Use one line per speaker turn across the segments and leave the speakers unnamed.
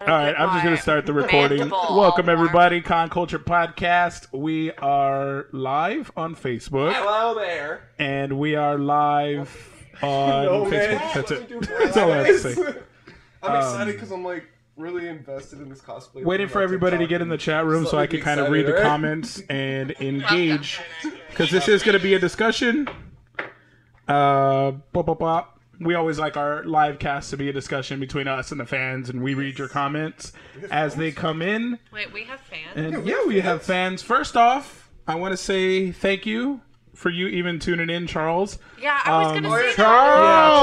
All right, I'm just going to start the recording.
Mandible.
Welcome, everybody. Con Culture Podcast. We are live on Facebook,
Hello there.
and we are live on
No,
Facebook.
Oh, man.
That's
What you
it.
do for
That's all I have to say. Um,
eyes? I'm excited because I'm like really invested in this cosplay.
Waiting for everybody to get in the chat room so I can kind of read the
Excited, right?
comments and engage, because this is going to be a discussion. Uh, bop, bop, bop. We always like our live cast to be a discussion between us and the fans, and we read your comments as they come in.
Wait, we have fans.
And yeah, we have fans. First off, I want to say thank you for you even tuning in, Charles.
yeah, I was
um,
gonna say
Yeah,
Charles!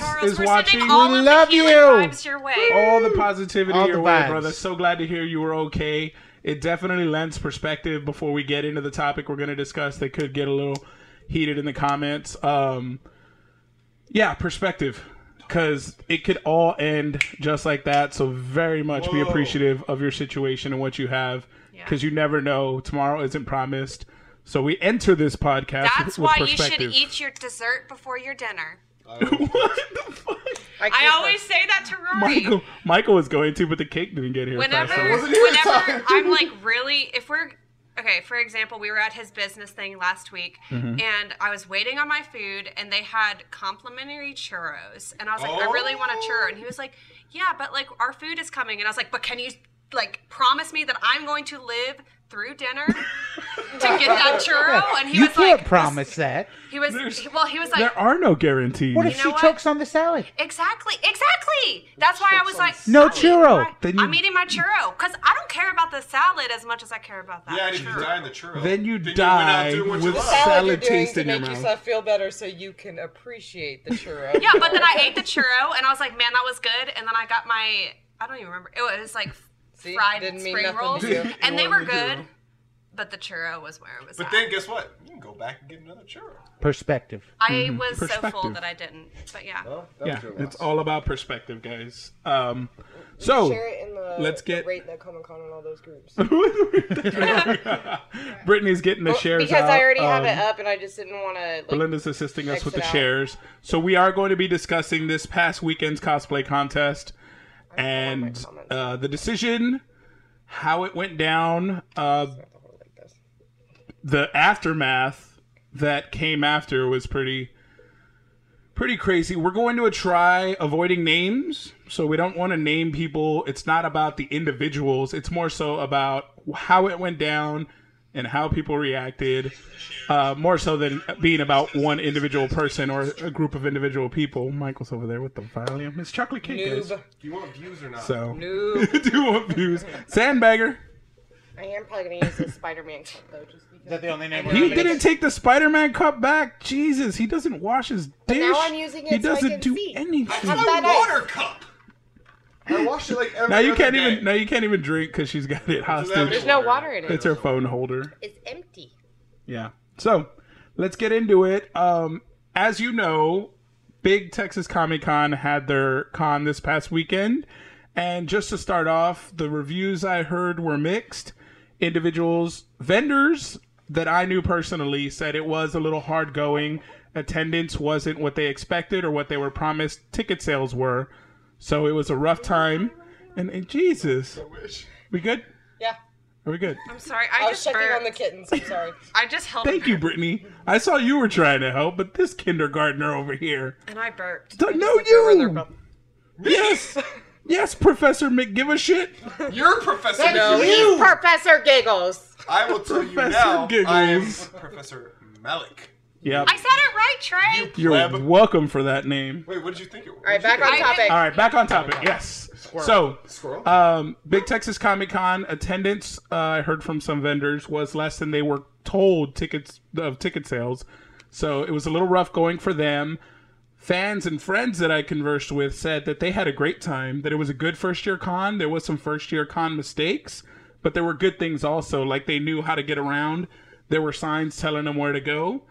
that. Charles
is
we're
watching.
Sending all
We
of
love
the healing
you.
Vibes your way.
all the positivity
All the
your way,
vibes.
brother. So glad to hear you were okay. It definitely lends perspective before we get into the topic we're going to discuss. They could get a little heated in the comments. Um, yeah, perspective. Because it could all end just like that. So, very much be
Whoa.
appreciative of your situation and what you have.
Yeah.
Because you never know. Tomorrow isn't promised. So, we enter this podcast
That's
with, with
why you should
perspective.
eat your dessert before your dinner.
what the fuck?
I always say that to Rory.
Michael, Michael was going to, but the cake didn't get here
whenever,
fast enough.
wasn't here in
whenever
time.
I'm like really, if we're okay, for example, we were at his business thing last week,
Mm-hmm.
and I was waiting on my food, and they had complimentary churros, and I was like, I really want a churro, and he was like, Yeah, but like our food is coming, and I was like, But can you like promise me that I'm going to live through dinner to get that churro? And he
you
was
can't
like,
promise that.
He was
There's-
well, he was like,
There are no guarantees.
What if
know
she
what?
chokes on the salad?
Exactly, exactly. That's why I was like,
No
I'm eating
churro.
my-
Then
I'm
you-
eating my churro because I don't care about the salad as much as I care about that.
Yeah, and if you
churro.
die in the churro,
Then you
went
die
out doing what you
with
love.
salad
salad you're doing
taste
to
in your
make
mouth.
yourself feel better so you can appreciate the churro.
yeah, but then I ate the churro and I was like, man, that was good. And then I got my, I don't even remember. It was like
See,
fried
didn't mean
spring
nothing to
rolls,
you.
and they
Well,
were
you
good.
do.
But the churro was where it was.
But
at.
then guess what? You can go back and get another churro.
Perspective.
I was so full
Hmm, Perspective.
that I didn't. But yeah,
Well, that
Yeah,
was your
it's
loss.
all about perspective, guys. Um, so
Share it in the
Let's get-
rate that Comic Con and all those groups.
Brittany's getting the shares
because
out.
I already have
um,
it up and I just didn't want to. Like,
Belinda's assisting us
X
with
it
the
out.
shares. So we are going to be discussing this past weekend's cosplay contest and
comments.
uh, the decision, how it went down, uh,
like this.
the aftermath that came after was pretty pretty crazy. We're going to try avoiding names, so we don't want to name people. It's not about the individuals, it's more so about how it went down and how people reacted, uh, more so than being about one individual person or a group of individual people. Michael's over there with the volume. It's chocolate cake, guys.
Noob.
Do you want views or not?
So,
Noob.
do you want views? Sandbagger.
I am probably going to use this Spider Man cup though, just because.
the only name?
He didn't take the Spider-Man cup back. Jesus, he doesn't wash his dish.
now I'm using it
He
so I
doesn't
can
do
see.
anything.
How about
My
I-
water cup. I wash it like every.
Now you
other
can't
day.
even. Now you can't even drink because she's got it
Doesn't have
hostage.
any
no water in it.
It's her phone holder.
It's empty.
Yeah. So let's get into it. Um, as you know, Big Texas Comic Con had their con this past weekend. And just to start off, the reviews I heard were mixed. Individuals, vendors that I knew personally said it was a little hard going. Attendance wasn't what they expected or what they were promised. Ticket sales were. So it was a rough time. And, and Jesus,
Wish.
we good?
Yeah.
Are we good?
I'm sorry. I,
I was
just
checking
burped.
on the kittens. I'm sorry.
I just held
Thank you, Brittany. I saw you were trying to help, but this kindergartner over here.
and I burped.
Don't know you! Yes! Yes, Professor Mick, give a shit.
You're Professor.
No,
Giggles.
Oh, he's Professor Giggles.
I will tell you
Professor
now. I am
Giggles.
Professor Malik.
Yep.
I said it right, Trey.
You're
Pleb.
welcome for that name.
Wait, what did you think it was?
All right, back on
I-
topic.
All right, back on topic. Yes. So,
Squirrel.
um, Big Texas Comic Con attendance, uh, I heard from some vendors, was less than they were told tickets of ticket sales. So it was a little rough going for them. Fans and friends that I conversed with said that they had a great time, that it was a good first year con. There was some first year con mistakes, but there were good things also. Like they knew how to get around. There were signs telling them where to go.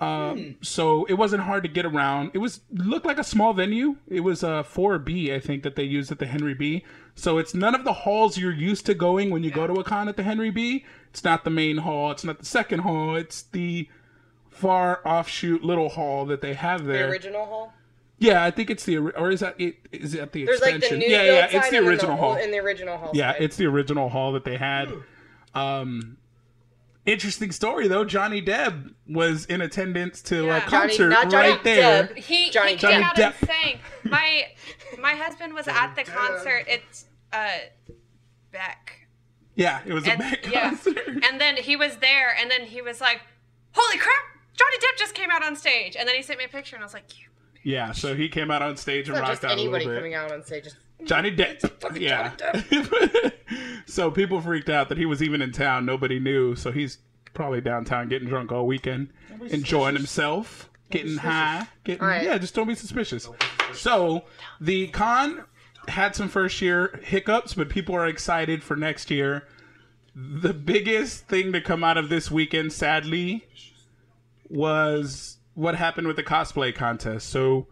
Um, So it wasn't hard to get around. It was looked like a small venue. It was a four B, I think, that they used at the Henry B. So it's none of the halls you're used to going when you go to a con at the Henry B. It's not the main hall. It's not the second hall. It's the far offshoot little hall that they have
The
there.
original hall.
Yeah, I think it's the ori- or is that it? Is that the
There's like the
extension?
new
yeah,
build
yeah,
side
it's the
and then
original
old-
hall.
and the Hmm. original hall.
Yeah,
side.
it's the original hall that they had. Um, interesting story though. Johnny Depp was in attendance to a
Yeah. Johnny-
concert
not Johnny
right there.
Depp.
He,
Johnny
he
Depp.
came out
Johnny Depp.
and sang. My my husband was at the
Depp.
concert. It's uh Beck.
Yeah, it was a Met
yeah.
concert.
And then he was there, and then he was like, "Holy crap! Johnny Depp just came out on stage!" And then he sent me a picture, and I was like, "You."
yeah, so he came out on stage and
It's not
rocked
just
out a
anybody
little bit.
coming out on stage. Just,
Johnny Depp. Yeah. so people freaked out that he was even in town. Nobody knew. So he's probably downtown getting drunk all weekend, enjoying himself, getting high, getting
All right.
yeah. Just don't be suspicious. So the con had some first year hiccups, but people are excited for next year. The biggest thing to come out of this weekend, sadly, was what happened with the cosplay contest. So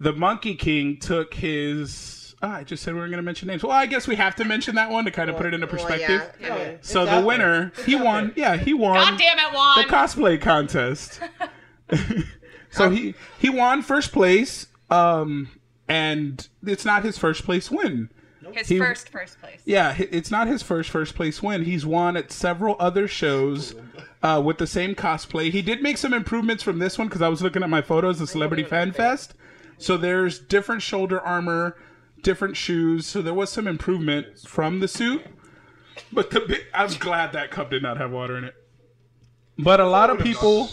the Monkey King took his. ah, I just said we were going to mention names. Well, I guess we have to mention that one to kind of put it into
well,
perspective.
yeah.
Yeah.
Okay.
So
It's
the
out
winner, he won. Yeah, he won
"God damn it,
the
Juan!"
cosplay contest. so he he won first place. Um, and it's not his first place win.
His
He-
first first place.
Yeah, hi- it's not his first first place win. He's won at several other shows uh, with the same cosplay. He did make some improvements from this one because I was looking at my photos of Celebrity Fan Fest. So there's different shoulder armor, different shoes. So there was some improvement from the suit. But the big, I'm glad that cup did not have water in it. But a lot of people,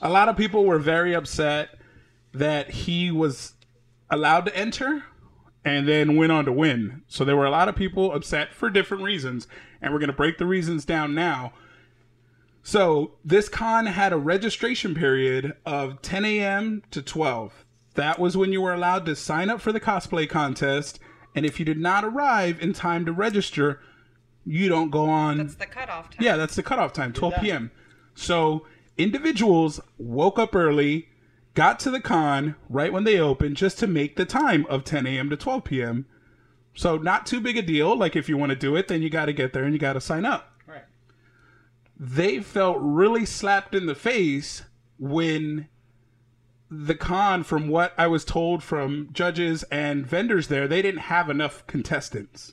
a lot of people were very upset that he was allowed to enter and then went on to win. So there were a lot of people upset for different reasons, and we're going to break the reasons down now. So this con had a registration period of 10 a.m. to 12. That was when you were allowed to sign up for the cosplay contest, and if you did not arrive in time to register, you don't go on.
It's the cutoff time.
Yeah, that's the cutoff time, 12 p.m. So individuals woke up early, got to the con right when they opened just to make the time of 10 a.m. to 12 p.m. So not too big a deal. Like if you want to do it, then you got to get there and you got to sign up.
Right.
They felt really slapped in the face when the con, from what I was told from judges and vendors there, they didn't have enough contestants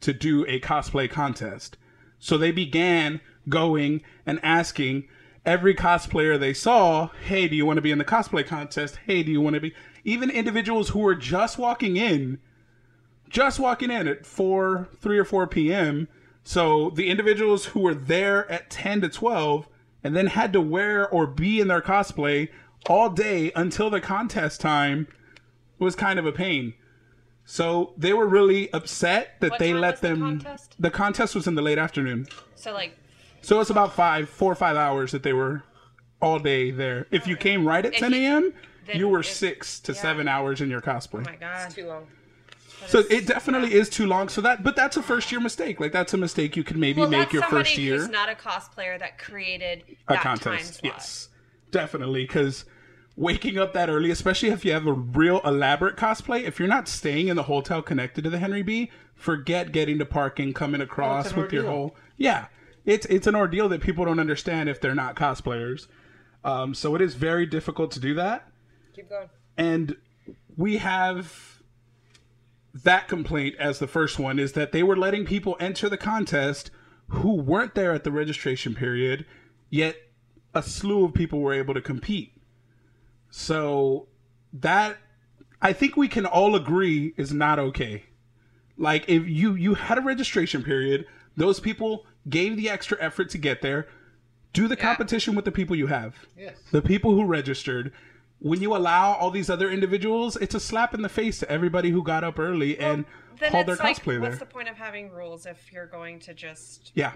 to do a cosplay contest. So they began going and asking every cosplayer they saw, "Hey, do you want to be in the cosplay contest? Hey, do you want to be?" Even individuals who were just walking in, just walking in at four, three or four p.m. So the individuals who were there at ten to twelve, and then had to wear or be in their cosplay all day until the contest time was kind of a pain. So they were really upset that
What
they
time
let
was the
them.
contest?
the contest was in the late afternoon.
So like,
So it's about five, four or five hours that they were all day there. If you came right at 10
you-
a.m.,
then
you were
if-
six to seven hours in your cosplay.
oh my god,
It's too long.
so it definitely is too long. So that, but that's a first year mistake. Like that's a mistake you can maybe
well,
make
that's
your
somebody
first year
who's not a cosplayer that created
a
that time
contest.
slot.
Yes, definitely. Because waking up that early, especially if you have a real elaborate cosplay, if you're not staying in the hotel connected to the Henry B, forget getting to parking, coming
Oh,
across
an
with your
ordeal.
whole yeah. It's it's an ordeal that people don't understand if they're not cosplayers. Um, so it is very difficult to do that
Keep going.
and we have that complaint as the first one is that they were letting people enter the contest who weren't there at the registration period yet a slew of people were able to compete so that i think we can all agree is not okay like if you you had a registration period those people gave the extra effort to get there do the competition with the people you have
Yes.
the people who registered when you allow all these other individuals it's a slap in the face to everybody who got up early and
Then
hauled their
it's like,
cosplay there
what's the point of having rules if you're going to just
yeah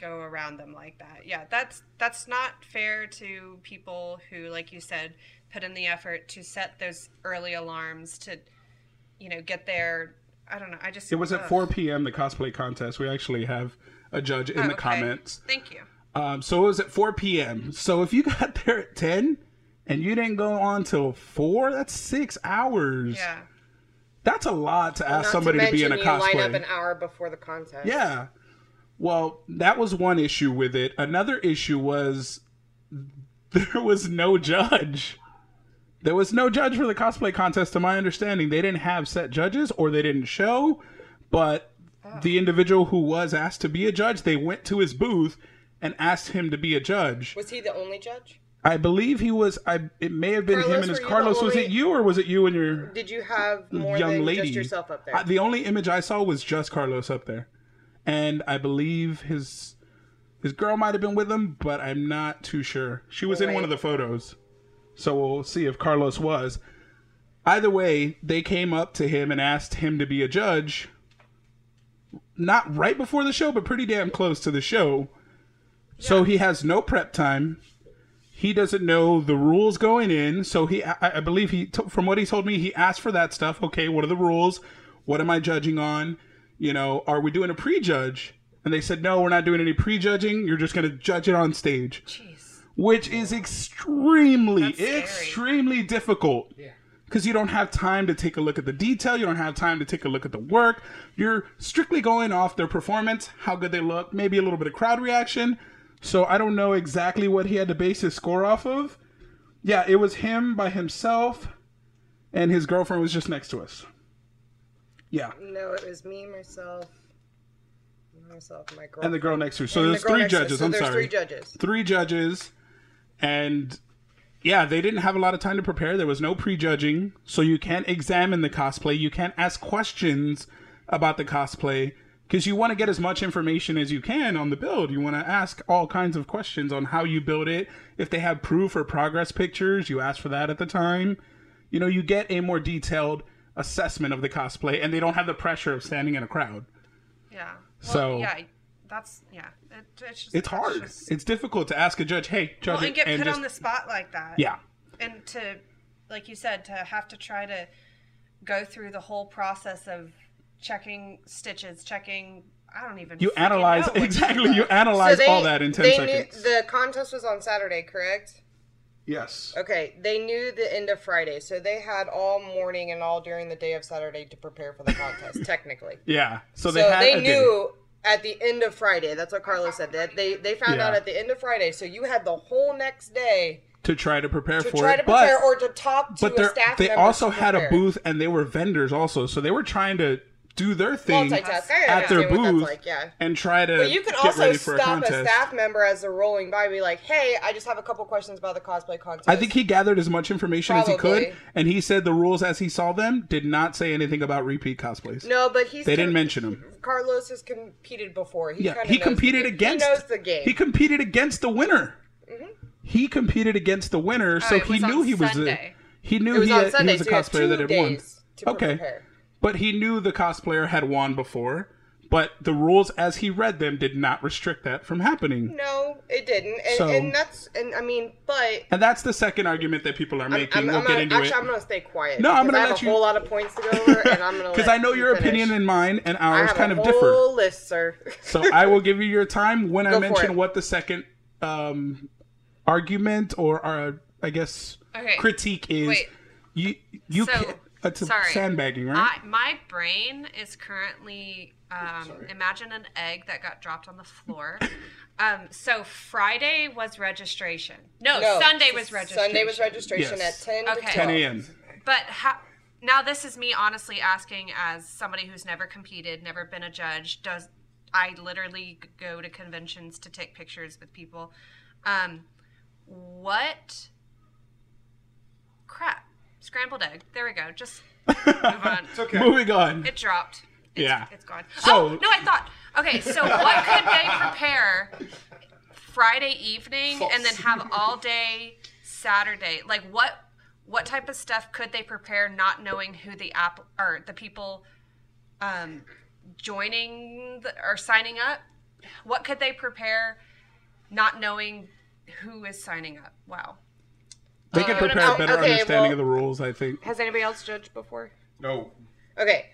go around them like that? Yeah, that's that's not fair to people who, like you said, put in the effort to set those early alarms to, you know, get there. I don't know. I just
it was at
ugh.
4 p.m the cosplay contest we actually have a judge in
Oh,
the
okay.
comments
Thank you.
um, so it was at 4 p.m so if you got there at 10 and you didn't go on till 4 that's six hours
Yeah.
that's a lot to ask
Not
somebody to,
to,
be in a
mention
cosplay
You line up an hour before the contest.
Yeah. Well, that was one issue with it. Another issue was there was no judge. There was no judge for the cosplay contest, to my understanding. They didn't have set judges or they didn't show, but
Oh.
the individual who was asked to be a judge, they went to his booth and asked him to be a judge.
Was he the only judge?
I believe he was. I it may have been him
Carlos,
and his
were you the
Carlos. Was
only-
it you or was it you and your
Did you have more
young
than
lady?
just yourself up there?
I- the only image I saw was just Carlos up there, and I believe his his girl might have been with him, but I'm not too sure. She was in one
Right.
of the photos, so we'll see if Carlos was. Either way, they came up to him and asked him to be a judge. Not right before the show, but pretty damn close to the show. So he has no prep time. He doesn't know the rules going in. So he, I, I believe he, t- from what he told me, he asked for that stuff. Okay, what are the rules? What am I judging on? You know, are we doing a prejudge? And they said, no, we're not doing any prejudging. You're just going to judge it on stage
Jeez.
which is extremely
That's scary.
extremely difficult because you don't have time to take a look at the detail you don't have time to take a look at the work you're strictly going off their performance how good they look maybe a little bit of crowd reaction so i don't know exactly what he had to base his score off of yeah it was him by himself and his girlfriend was just next to us yeah
no, it was me, myself, myself, my girl,
and the girl next to her so
and the
there's
girl
three
next to us.
judges
So
i'm
there's
sorry
three judges.
three judges and yeah they didn't have a lot of time to prepare there was no prejudging so you can't examine the cosplay you can't ask questions about the cosplay because you want to get as much information as you can on the build you want to ask all kinds of questions on how you build it if they have proof or progress pictures you ask for that at the time you know you get a more detailed assessment of the cosplay and they don't have the pressure of standing in a crowd
Yeah. Well,
So-
yeah, that's yeah. It, it's just
it's hard
just-
it's difficult to ask a judge hey judge
well, and
it,"
get put
just-
on the spot like that.
yeah
and to like you said to have to try to go through the whole process of checking stitches checking i don't even
You
freaking
analyze
know what
exactly. You analyze all that in ten
they
seconds.
Knew, the contest was on Saturday, correct?
yes.
Okay, they knew the end of Friday, so they had all morning and all during the day of Saturday to prepare for the contest, technically.
Yeah. So they
so
had
they
a day.
knew at the end of Friday. That's what Carlos said. That they they found
Yeah.
out at the end of Friday. So you had the whole next day
to try to prepare
to
for
try
it.
to prepare
but
or to talk to
but
a
they're-
staff
they
member
also
to
had a
prepare.
booth and they were vendors also, so they were trying to do their thing
Multitask. I
at their
understand what that's
booth
like, yeah.
and try to
But you can
get
also
ready for a
stop a,
contest.
staff member as they're rolling by, and be like, "Hey, I just have a couple questions about the cosplay contest."
I think he gathered as much information as he could,
Probably.
and he said the rules as he saw them did not say anything about repeat cosplays.
no, but he's
they didn't
com-
mention them.
Carlos has competed before. He
Yeah,
kinda
he
knows
competed
the,
against.
He knows the game. Mm-hmm.
He competed against the winner. He competed against the winner, so
it
he
was on
knew he was. A,
Sunday.
he knew
it was
he,
on
had-
Sunday,
he was a
so you had
cosplayer that
two
had won.
days to
okay,
prepare.
but he knew the cosplayer had won before. But the rules, as he read them, did not restrict that from happening.
No, it didn't. And,
So-
and that's and I mean, but
And that's the second argument that people are making.
I'm,
we'll
I'm
get
gonna,
into
actually,
it.
I'm gonna stay quiet.
No, I'm
because
gonna
I have
let
a
you-
whole lot of points to go over, and I'm gonna
because
let
I know
you
your
finish.
opinion and mine and ours
I have
kind
a
of
whole
differ.
list, sir.
So I will give you your time when I
Go for
mention
it.
what the second um, argument or our, I guess,
Okay.
critique is.
Wait.
You you
So,
can't. It's a
sorry.
sandbagging, right?
I, my brain is currently um, imagine an egg that got dropped on the floor um, so friday was registration no,
No,
Oh, sunday was registration
Sunday was registration
Yes.
at ten
Okay.
to
10
12.
a.m.
But how, now this is me honestly asking as somebody who's never competed, never been a judge. Does I literally go to conventions to take pictures with people? Um, what crap? Scrambled egg. There we go. Just move on.
It's okay.
Moving on.
It dropped. It's,
Yeah.
It's gone.
So-
oh, no, I thought. Okay, so what could they prepare Friday evening and then have all day Saturday? Like what what type of stuff could they prepare not knowing who the app or the people um joining the, or signing up? What could they prepare not knowing who is signing up? Wow.
They could prepare a
okay,
better
well-
understanding of the rules, I think.
Has anybody else judged before?
No.
Okay,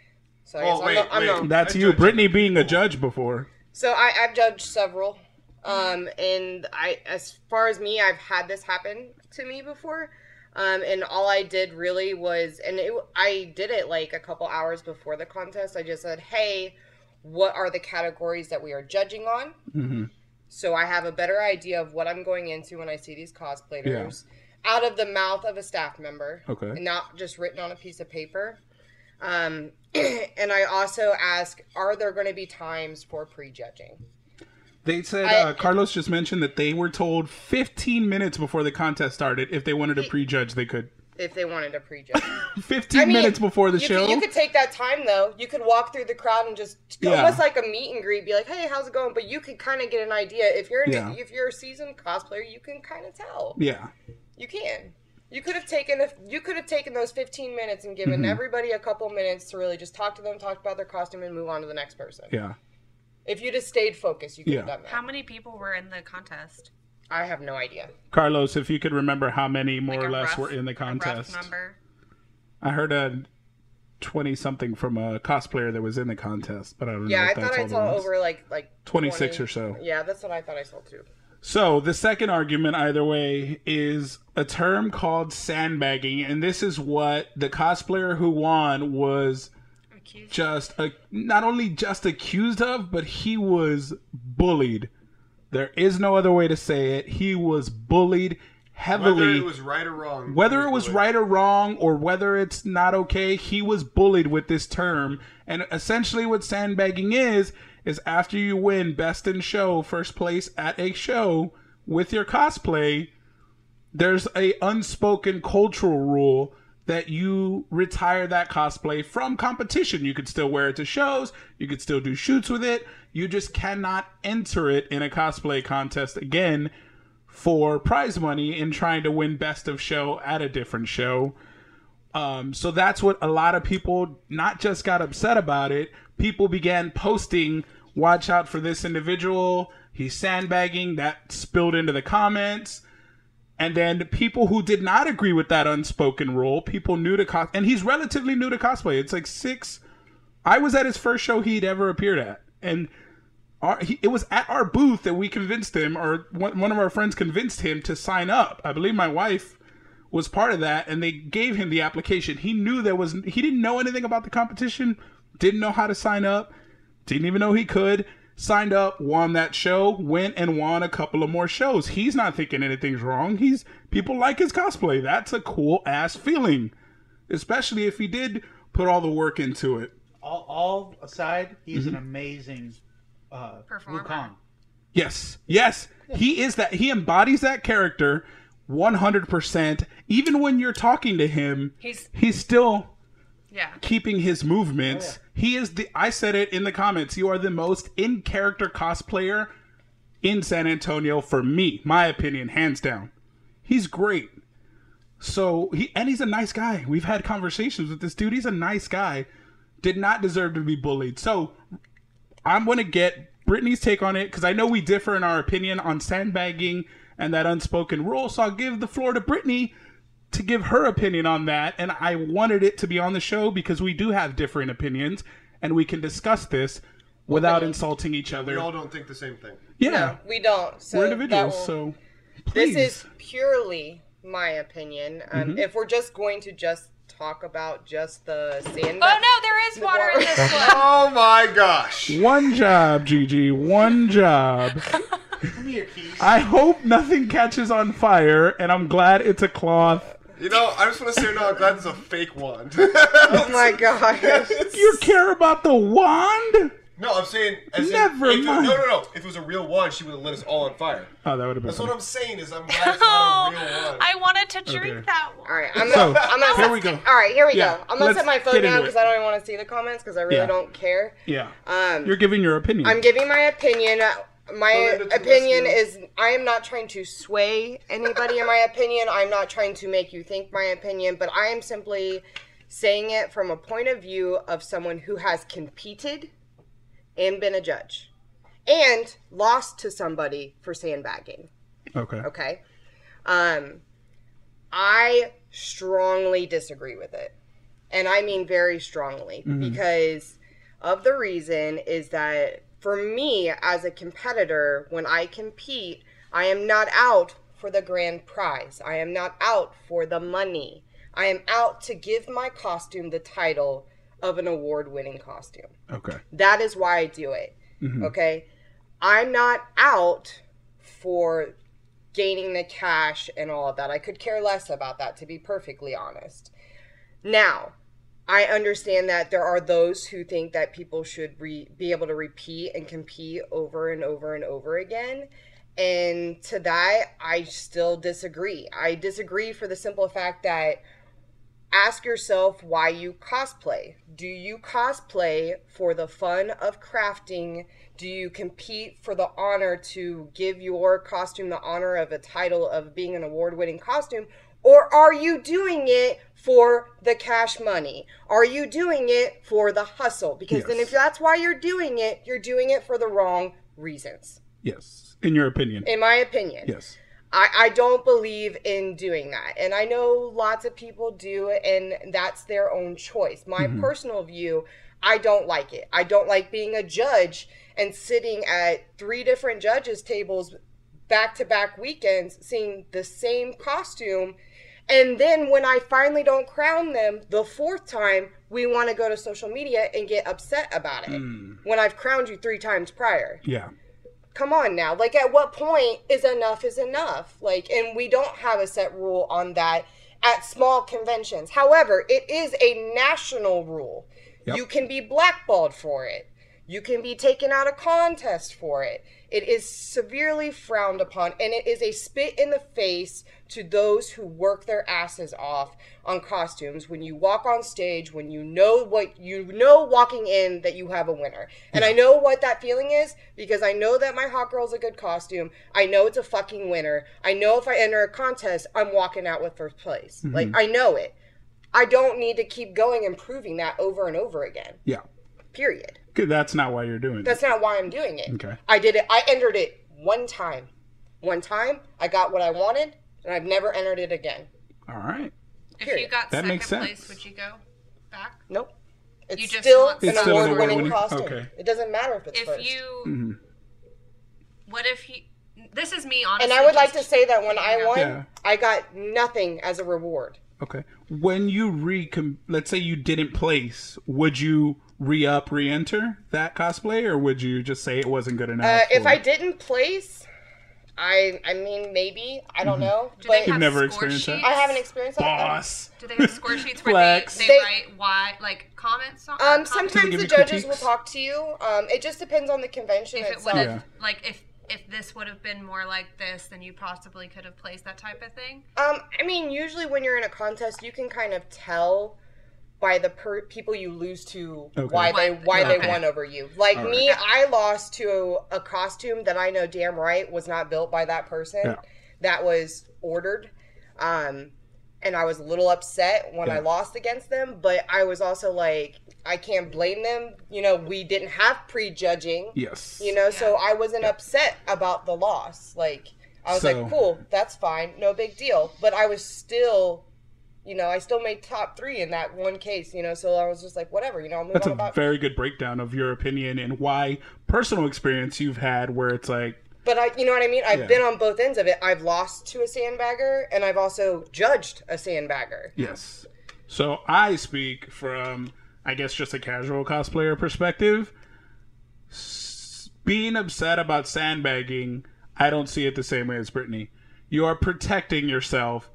so I
Oh,
guess
wait,
I'm,
wait.
the, I'm the-
That's
I
you,
judge
Brittany, being a judge before.
So I, I've judged several, um, and I, as far as me, I've had this happen to me before, um, and all I did really was, and it, I did it like a couple hours before the contest. I just said, "Hey, what are the categories that we are judging on?" So I have a better idea of what I'm going into when I see these cosplayers. out of the mouth of a staff member,
Okay.
not just written on a piece of paper. Um, and I also ask, are there going to be times for prejudging?
They said
I-
uh, Carlos just mentioned that they were told 15 minutes before the contest started if they wanted to prejudge they could.
If they wanted to prejudge,
15 minutes before the
you
show.
Could, you could take that time though. You could walk through the crowd and just
Yeah.
almost like a meet and greet, be like, "Hey, how's it going?" But you could kind of get an idea if you're an,
Yeah.
if you're a seasoned cosplayer, you can kind of tell.
yeah.
You can. You could have taken a, you could have taken those 15 minutes and
Mm-hmm.
given everybody a couple minutes to really just talk to them, talk about their costume, and move on to the next person.
Yeah.
If you just stayed focused, you could have
Yeah.
done that.
How many people were in the contest?
I have no idea.
Carlos, if you could remember how many more
Like
or
a
less
rough-
were in the
a rough
contest.
number.
I heard a 20 something from a cosplayer that was in the contest, but I don't
Yeah,
know
I
if
thought
that's
I
all
saw
there was.
over like like
26 or so.
Yeah, that's what I thought I saw too.
So, the second argument, either way, is a term called sandbagging. And this is what the cosplayer who won was
Accused.
just uh not only just accused of, but he was bullied. There is no other way to say it. He was bullied heavily.
Whether it was right or wrong.
whether it was
like-
right or wrong or whether it's not okay he was bullied with this term and essentially what sandbagging is is after you win best in show first place at a show with your cosplay there's a unspoken cultural rule that you retire that cosplay from competition you could still wear it to shows you could still do shoots with it you just cannot enter it in a cosplay contest again for prize money in trying to win best of show at a different show. Um, so that's what a lot of people not just got upset about it, people began posting, watch out for this individual, he's sandbagging, that spilled into the comments. And then people who did not agree with that unspoken rule, people new to cos, and he's relatively new to cosplay. It's like six. I was at his first show he'd ever appeared at, and our, he, it was at our booth that we convinced him, or one, one of our friends convinced him to sign up. I believe my wife was part of that, and they gave him the application. He knew there was he didn't know anything about the competition, didn't know how to sign up, didn't even know he could. Signed up, won that show, went and won a couple of more shows. He's not thinking anything's wrong. He's people like his cosplay. That's a cool ass feeling, especially if he did put all the work into it.
all, all aside, he's an amazing uh,
Performer.
Wukong.
Yes. Yes. He is that he embodies that character 100%. Even when you're talking to him,
He's
he's still
yeah.
keeping his movements. He is the I said it in the comments, you are the most in character cosplayer in San Antonio for me, my opinion, hands down. He's great. So he and he's a nice guy. We've had conversations with this dude. He's a nice guy. Did not deserve to be bullied. So I'm gonna get Brittany's take on it because I know we differ in our opinion on sandbagging and that unspoken rule. So I'll give the floor to Brittany to give her opinion on that, and I wanted it to be on the show because we do have differing opinions, and we can discuss this without insulting each other.
We all don't think the same thing.
yeah,
No, we don't. So
we're
that
individuals,
will-
so
this
please. Mm-hmm.
is purely my opinion. Um, If we're just going to just talk about just the sand.
Oh no, there is water in this one.
Oh my gosh.
one job, Gigi. One job.
Give me your keys.
I hope nothing catches on fire, and I'm glad it's a cloth.
You know, I just want to say, no, I'm glad it's a fake wand.
Oh my gosh!
You care about the wand?
no, I'm saying. As in,
Never
if it-
mind.
no, no, no. If it was a real wand, she would have lit us all on fire.
Oh, that would have been.
That's what
funny.
I'm saying. Is I'm glad it's
Oh,
not a real wand.
I wanted to drink
Okay.
that one.
All right, I'm
So,
gonna, I'm gonna
here
set-
we go.
All right, here we
Yeah,
go. I'm gonna
let's
set my phone
get into
down
it.
because I don't even want to see the comments because I really
Yeah.
don't care.
Yeah,
Um,
you're giving your opinion.
I'm giving my opinion. Uh, My
Belinda, to
opinion is
rescue.
I am not trying to sway anybody in my opinion. I'm not trying to make you think my opinion, but I am simply saying it from a point of view of someone who has competed and been a judge and lost to somebody for sandbagging.
okay.
Okay. Um, I strongly disagree with it. And I mean very strongly because of the reason is that for me as a competitor, when I compete, I am not out for the grand prize. I am not out for the money. I am out to give my costume the title of an award winning costume.
Okay.
That is why I do it. Okay. I'm not out for gaining the cash and all of that. I could care less about that, to be perfectly honest. Now, I understand that there are those who think that people should re- be able to repeat and compete over and over and over again. And to that, I still disagree. I disagree for the simple fact that ask yourself why you cosplay. Do you cosplay for the fun of crafting? Do you compete for the honor to give your costume the honor of a title of being an award winning costume? Or are you doing it for the cash money? Are you doing it for the hustle? Because then,
Yes.
if that's why you're doing it, you're doing it for the wrong reasons,
Yes, in your opinion.
in my opinion.
yes.
I, I don't believe in doing that. And I know lots of people do, and that's their own choice. My personal view, I don't like it. I don't like being a judge and sitting at three different judges' tables back to back weekends, seeing the same costume. And then when I finally don't crown them the fourth time, we want to go to social media and get upset about it when I've crowned you three times prior
Yeah.
come on now like at what point is enough is enough like and we don't have a set rule on that at small conventions however it is a national rule
Yep.
you can be blackballed for it you can be taken out of contest for it it is severely frowned upon and it is a spit in the face to those who work their asses off on costumes when you walk on stage when you know what you know walking in that you have a winner and i know what that feeling is because i know that my hot girl's a good costume i know it's a fucking winner i know if i enter a contest i'm walking out with first place like i know it i don't need to keep going and proving that over and over again
Yeah.
period
Okay, That's not why you're doing
that's not why I'm doing it.
Okay.
I did it. I entered it one time. One time, I got what I wanted, and I've never entered it again.
it. All right.
If you
Period.
got
That
second
makes
place,
sense.
would you go back?
Nope. It's
You just
still
want
an
It's still an
award-winning
award-winning-
costume.
okay.
It doesn't matter if it's
If
first.
you,
Mhm.
what if you? This is me honestly.
and I would like to
just-
say that when I
Yeah.
won,
Yeah.
I got nothing as a reward.
Okay. When you re, com- let's say you didn't place, would you re up, re enter that cosplay, or would you just say it wasn't good enough?
Uh, if
or-
I didn't place, I I mean maybe I don't know,
Do they
but
You've
have
never
score
experienced that?
sheets?
I haven't experienced that.
Mm-hmm. boss,
Do they have score sheets where they,
Flex.
they,
They-
write why like comments on?
Um,
comments?
sometimes
give
the
you critiques?
judges will talk to you. Um, it just depends on the convention
if it
itself.
would
Yeah.
have like if if this would have been more like this, then you possibly could have placed that type of thing.
Um, I mean, usually when you're in a contest, you can kind of tell by the per- people you lose to
Okay.
why they
What-
why they
okay.
won over you. Like
All
me, I lost to a costume that I know damn right was not built by that person.
Yeah.
That was ordered. Um, and I was a little upset when I
Yeah.
lost against them, but I was also like, I can't blame them. You know, we didn't have prejudging.
yes,
You know, so I wasn't upset about the loss. Like I was
So-
like, cool, that's fine, no big deal. But I was still, you know, I still made top three in that one case. You know, so I was just like, whatever. You know, I'll move
that's
on
a
about.
very good breakdown of your opinion and why personal experience you've had where it's like,
but I, you know what I mean. I've
Yeah.
been on both ends of it. I've lost to a sandbagger, and I've also judged a sandbagger.
Yes. So I speak from, I guess, just a casual cosplayer perspective. S- being upset about sandbagging, I don't see it the same way as Brittany. You are protecting yourself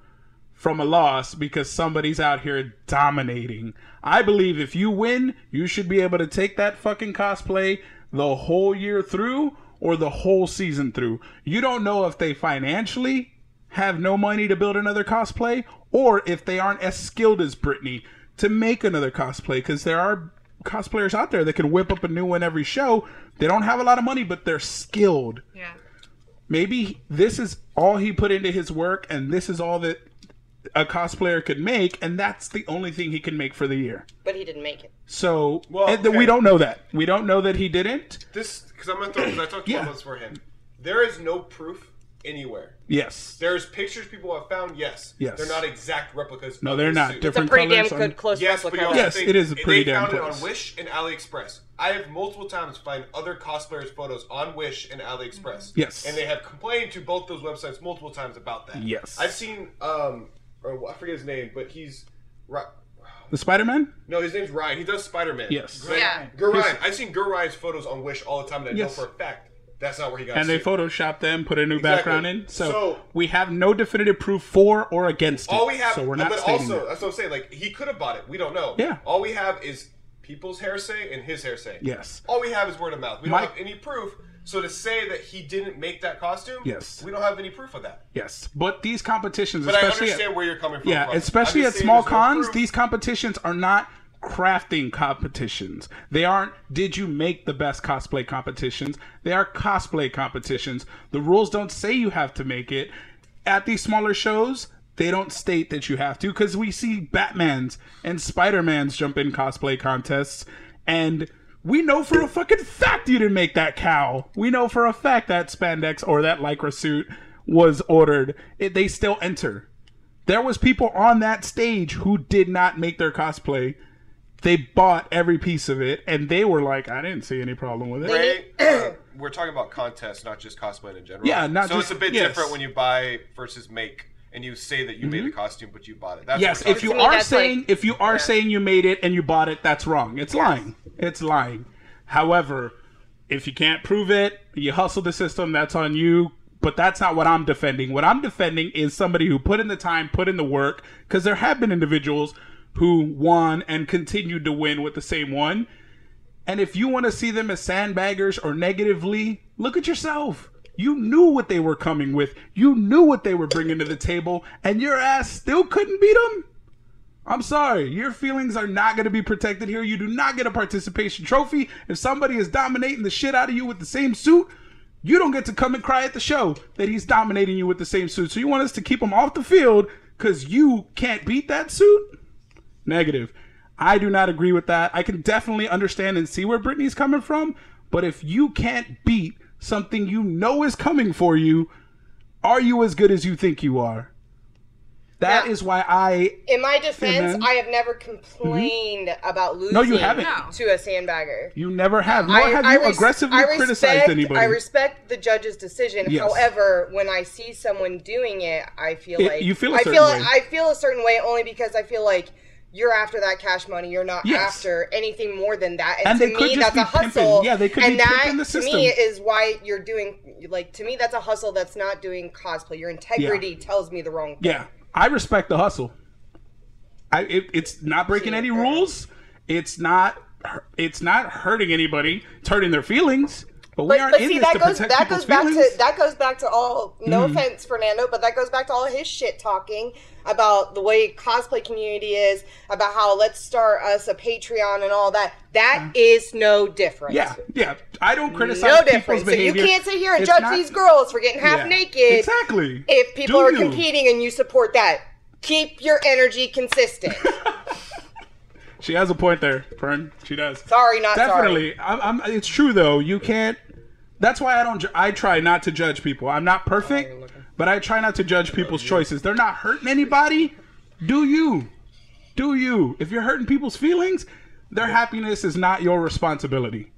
from a loss because somebody's out here dominating. I believe if you win, you should be able to take that fucking cosplay the whole year through or the whole season through. You don't know if they financially have no money to build another cosplay or if they aren't as skilled as Brittany to make another cosplay because there are cosplayers out there that can whip up a new one every show. They don't have a lot of money, but they're skilled
Yeah.
maybe this is all he put into his work and this is all that a cosplayer could make and that's the only thing he can make for the year
But he didn't make it.
so
Well,
and th- we
okay.
don't know that we don't know that he didn't
This because I'm gonna throw because I talked
Yeah.
about this beforehand. There is no proof anywhere.
yes
There's pictures people have found. Yes.
Yes.
They're not exact replicas.
no
of
they're
the
not
suit.
It's a
different
pretty damn
colors on-
good close
Yes, but
replica.
you also
Yes,
think
it is a
they
pretty damn
found it
close.
on Wish and AliExpress. I have multiple times found other cosplayers' photos on Wish and AliExpress.
Mm-hmm. Yes.
and they have complained to both those websites multiple times about that.
Yes.
I've seen um, or I forget his name, but he's Ri-
the spider-man
no, his name's Ryan. He does Spider Man.
Yes.
Yeah.
Gur Ryan. I've seen Gur Ryan's photos on Wish all the time, and I
Yes.
know for a fact That's not where he got.
and they
sued.
photoshopped them, put a new background in. So,
So-
we have no definitive proof for or against it.
All we have,
so we're not
but
stating
also
that.
that's what I'm saying. Like he could have bought it. We don't know.
Yeah.
All we have is people's hearsay and his hearsay.
Yes.
All we have is word of mouth. We don't
My-
have any proof. So to say that he didn't make that costume,
Yes.
we don't have any proof of that.
Yes, but these competitions,
But I
especially
understand where you're coming from.
yeah,
Clark.
especially
I'm
at
just saying
small
there's no
cons,
proof.
these competitions are not crafting competitions. They aren't did you make the best cosplay competitions? They are cosplay competitions. The rules don't say you have to make it. At these smaller shows, they don't state that you have to cuz we see Batmans and Spider-Mans jump in cosplay contests and we know for a fucking fact you didn't make that cow. We know for a fact that spandex or that lycra suit was ordered. It, they still enter. There was people on that stage who did not make their cosplay. They bought every piece of it, and they were like, "I didn't see any problem with it."
Ray, uh, we're talking about contests, not just cosplay in general.
Yeah, not
so
just-
it's a bit
yes.
different when you buy versus make, and you say that you made a costume, but you bought it. That's
Mm-hmm. Yes,
what we're
if you
To me,
are
that's like-
saying if you are saying you made it and you bought it, that's wrong. It's lying. It's lying. However, if you can't prove it, you hustle the system. That's on you. But that's not what I'm defending. What I'm defending is somebody who put in the time, put in the work, because there have been individuals who won and continued to win with the same one. And if you want to see them as sandbaggers or negatively, look at yourself. You knew what they were coming with. You knew what they were bringing to the table, and your ass still couldn't beat them. I'm sorry, your feelings are not going to be protected here. You do not get a participation trophy. If somebody is dominating the shit out of you with the same suit, you don't get to come and cry at the show that he's dominating you with the same suit. So you want us to keep him off the field because you can't beat that suit? Negative. I do not agree with that. I can definitely understand and see where Brittany's coming from, but if you can't beat something you know is coming for you, are you as good as you think you are? That is
Yeah.
why I
In my defense,
man. Mm-hmm.
I have never complained about losing
No, you haven't.
No.
to a sandbagger.
You never have. Nor have you
res-
aggressively
I respect-
criticized anybody.
I respect the judge's decision.
Yes.
However, when I see someone doing it, I feel
It-
like
you feel a
I
certain
feel
way.
I feel a certain way only because I feel like you're after that cash money. You're not
Yes.
after anything more than that.
And
to
they could
me,
just
that's a
be pimping.
hustle.
Yeah, they could
and
be
that,
pimping the
To
system.
me, is why you're doing like to me. That's a hustle. That's not doing cosplay. Your integrity tells me the wrong. thing.
yeah, I respect the hustle. I it, it's not breaking any rules. It's not it's not hurting anybody. It's hurting their feelings. But we
But,
aren't
but
in
see,
this
that
to
goes
protect
that
people's
goes back
feelings. Mm.
to that goes back to all. No offense, Fernando, but that goes back to all his shit talking about the way cosplay community is, about how let's start us a Patreon and all that. That is no different.
yeah, yeah. I don't criticize
no
people's
different. So you
behavior.
can't sit here and
It's
judge
not-
these girls for getting half
Yeah,
naked.
Exactly.
If people
Do
are
you?
competing and you support that, keep your energy consistent.
she has a point there, Fern. She does.
sorry, not sorry.
definitely I'm, I'm, it's true though you can't that's why i don't ju- i try not to judge people i'm not perfect but i try not to judge people's choices they're not hurting anybody do you do you if you're hurting people's feelings their happiness is not your responsibility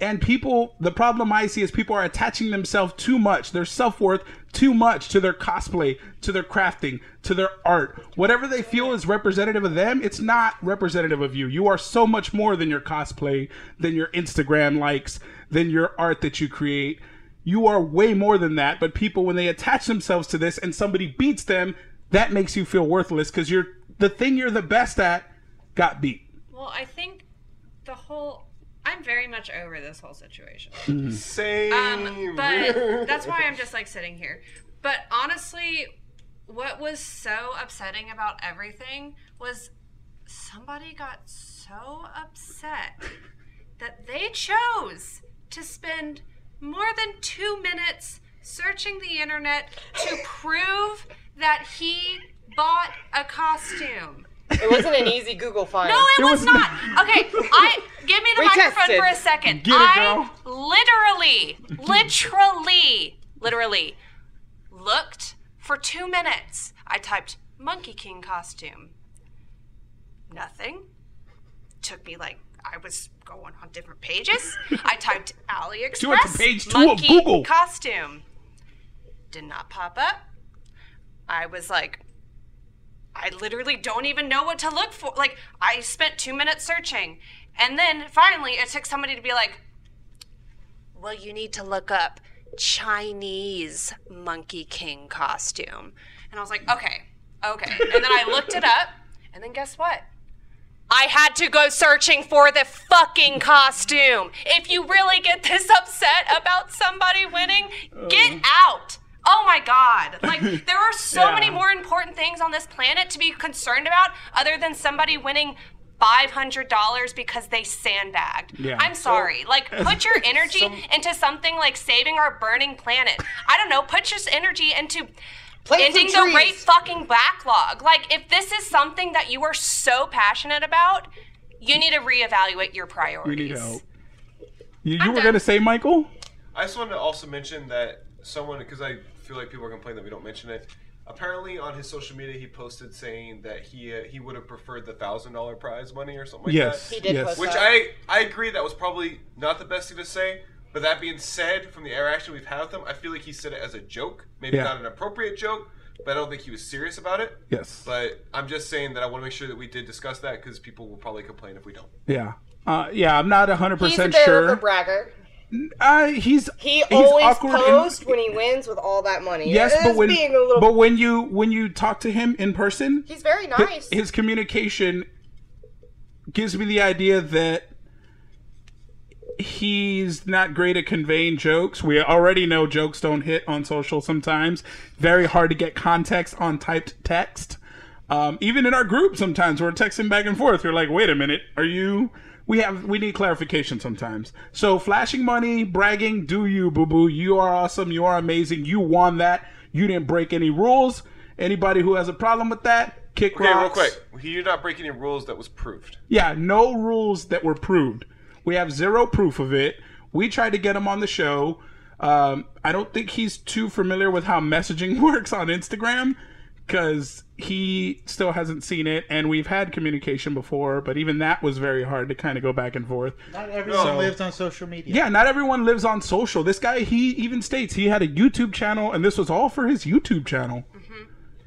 and people the problem i see is people are attaching themselves too much their self-worth too much to their cosplay to their crafting to their art whatever they feel is representative of them it's not representative of you you are so much more than your cosplay than your instagram likes than your art that you create you are way more than that but people when they attach themselves to this and somebody beats them that makes you feel worthless because you're the thing you're the best at got beat
Well, I think the whole. I'm very much over this whole situation.
Same.
Um, but that's why I'm just like sitting here. But honestly, what was so upsetting about everything was somebody got so upset that they chose to spend more than two minutes searching the internet to prove that he bought a costume.
It wasn't an easy Google find.
No, it,
It
was,
was
not. Okay, I give me the
We
microphone
tested.
for a second.
Get it,
I literally, literally, literally looked for two minutes. I typed Monkey King costume. Nothing. Took me like I was going on different pages. I typed AliExpress.
went to page two of
monkey
Google.
Costume. Did not pop up. I was like, I literally don't even know what to look for. Like, I spent two minutes searching. And then finally, it took somebody to be like, well, you need to look up Chinese Monkey King costume. And I was like, okay, okay. And then I looked it up, and then guess what? I had to go searching for the fucking costume. If you really get this upset about somebody winning, get out. Oh my god. Like, there are so
Yeah.
many more important things on this planet to be concerned about other than somebody winning. $500 because they sandbagged.
Yeah.
I'm sorry. like, put your energy into something like saving our burning planet. I don't know. Put your energy into
Plant some
ending the
trees.
rape fucking backlog. Like, if this is something that you are so passionate about, you need to reevaluate your priorities.
We need help. You, you
I'm
were
done.
gonna say Michael?
I just wanted to also mention that someone, because I feel like people are complaining that we don't mention it. Apparently, on his social media, he posted saying that he uh, he would have preferred the thousand dollar prize money or something like
Yes.
that.
He did
yes.
post
Which
that.
I I agree that was probably not the best thing to say. But that being said, from the interaction we've had with him, I feel like he said it as a joke, maybe
Yeah.
not an appropriate joke, but I don't think he was serious about it.
Yes.
But I'm just saying that I want to make sure that we did discuss that because people will probably complain if we don't.
Yeah. Uh, yeah, I'm not 100%
He's a bit
sure.
of a bragger.
Uh, he's
He
he's
always
awkward and-
posed when he wins with all that money.
yes,
It
but
is
when
being a little,
but when you when you talk to him in person,
he's very nice.
his communication gives me the idea that he's not great at conveying jokes. We already know jokes don't hit on social sometimes. Very hard to get context on typed text. Um, even in our group, sometimes we're texting back and forth. We're like, "Wait a minute, are you?" We have we need clarification sometimes. So flashing money, bragging, do you boo boo? You are awesome. You are amazing. You won that. You didn't break any rules. Anybody who has a problem with that, kick
Okay,
rocks.
real quick, he did not break any rules that was proved.
Yeah, no rules that were proved. We have zero proof of it. We tried to get him on the show. Um, I don't think he's too familiar with how messaging works on Instagram because he still hasn't seen it. And we've had communication before, but even that was very hard to kind of go back and forth.
Not everyone
No.
lives on social media.
Yeah, not everyone lives on social. This guy, he even states he had a YouTube channel, and this was all for his YouTube channel.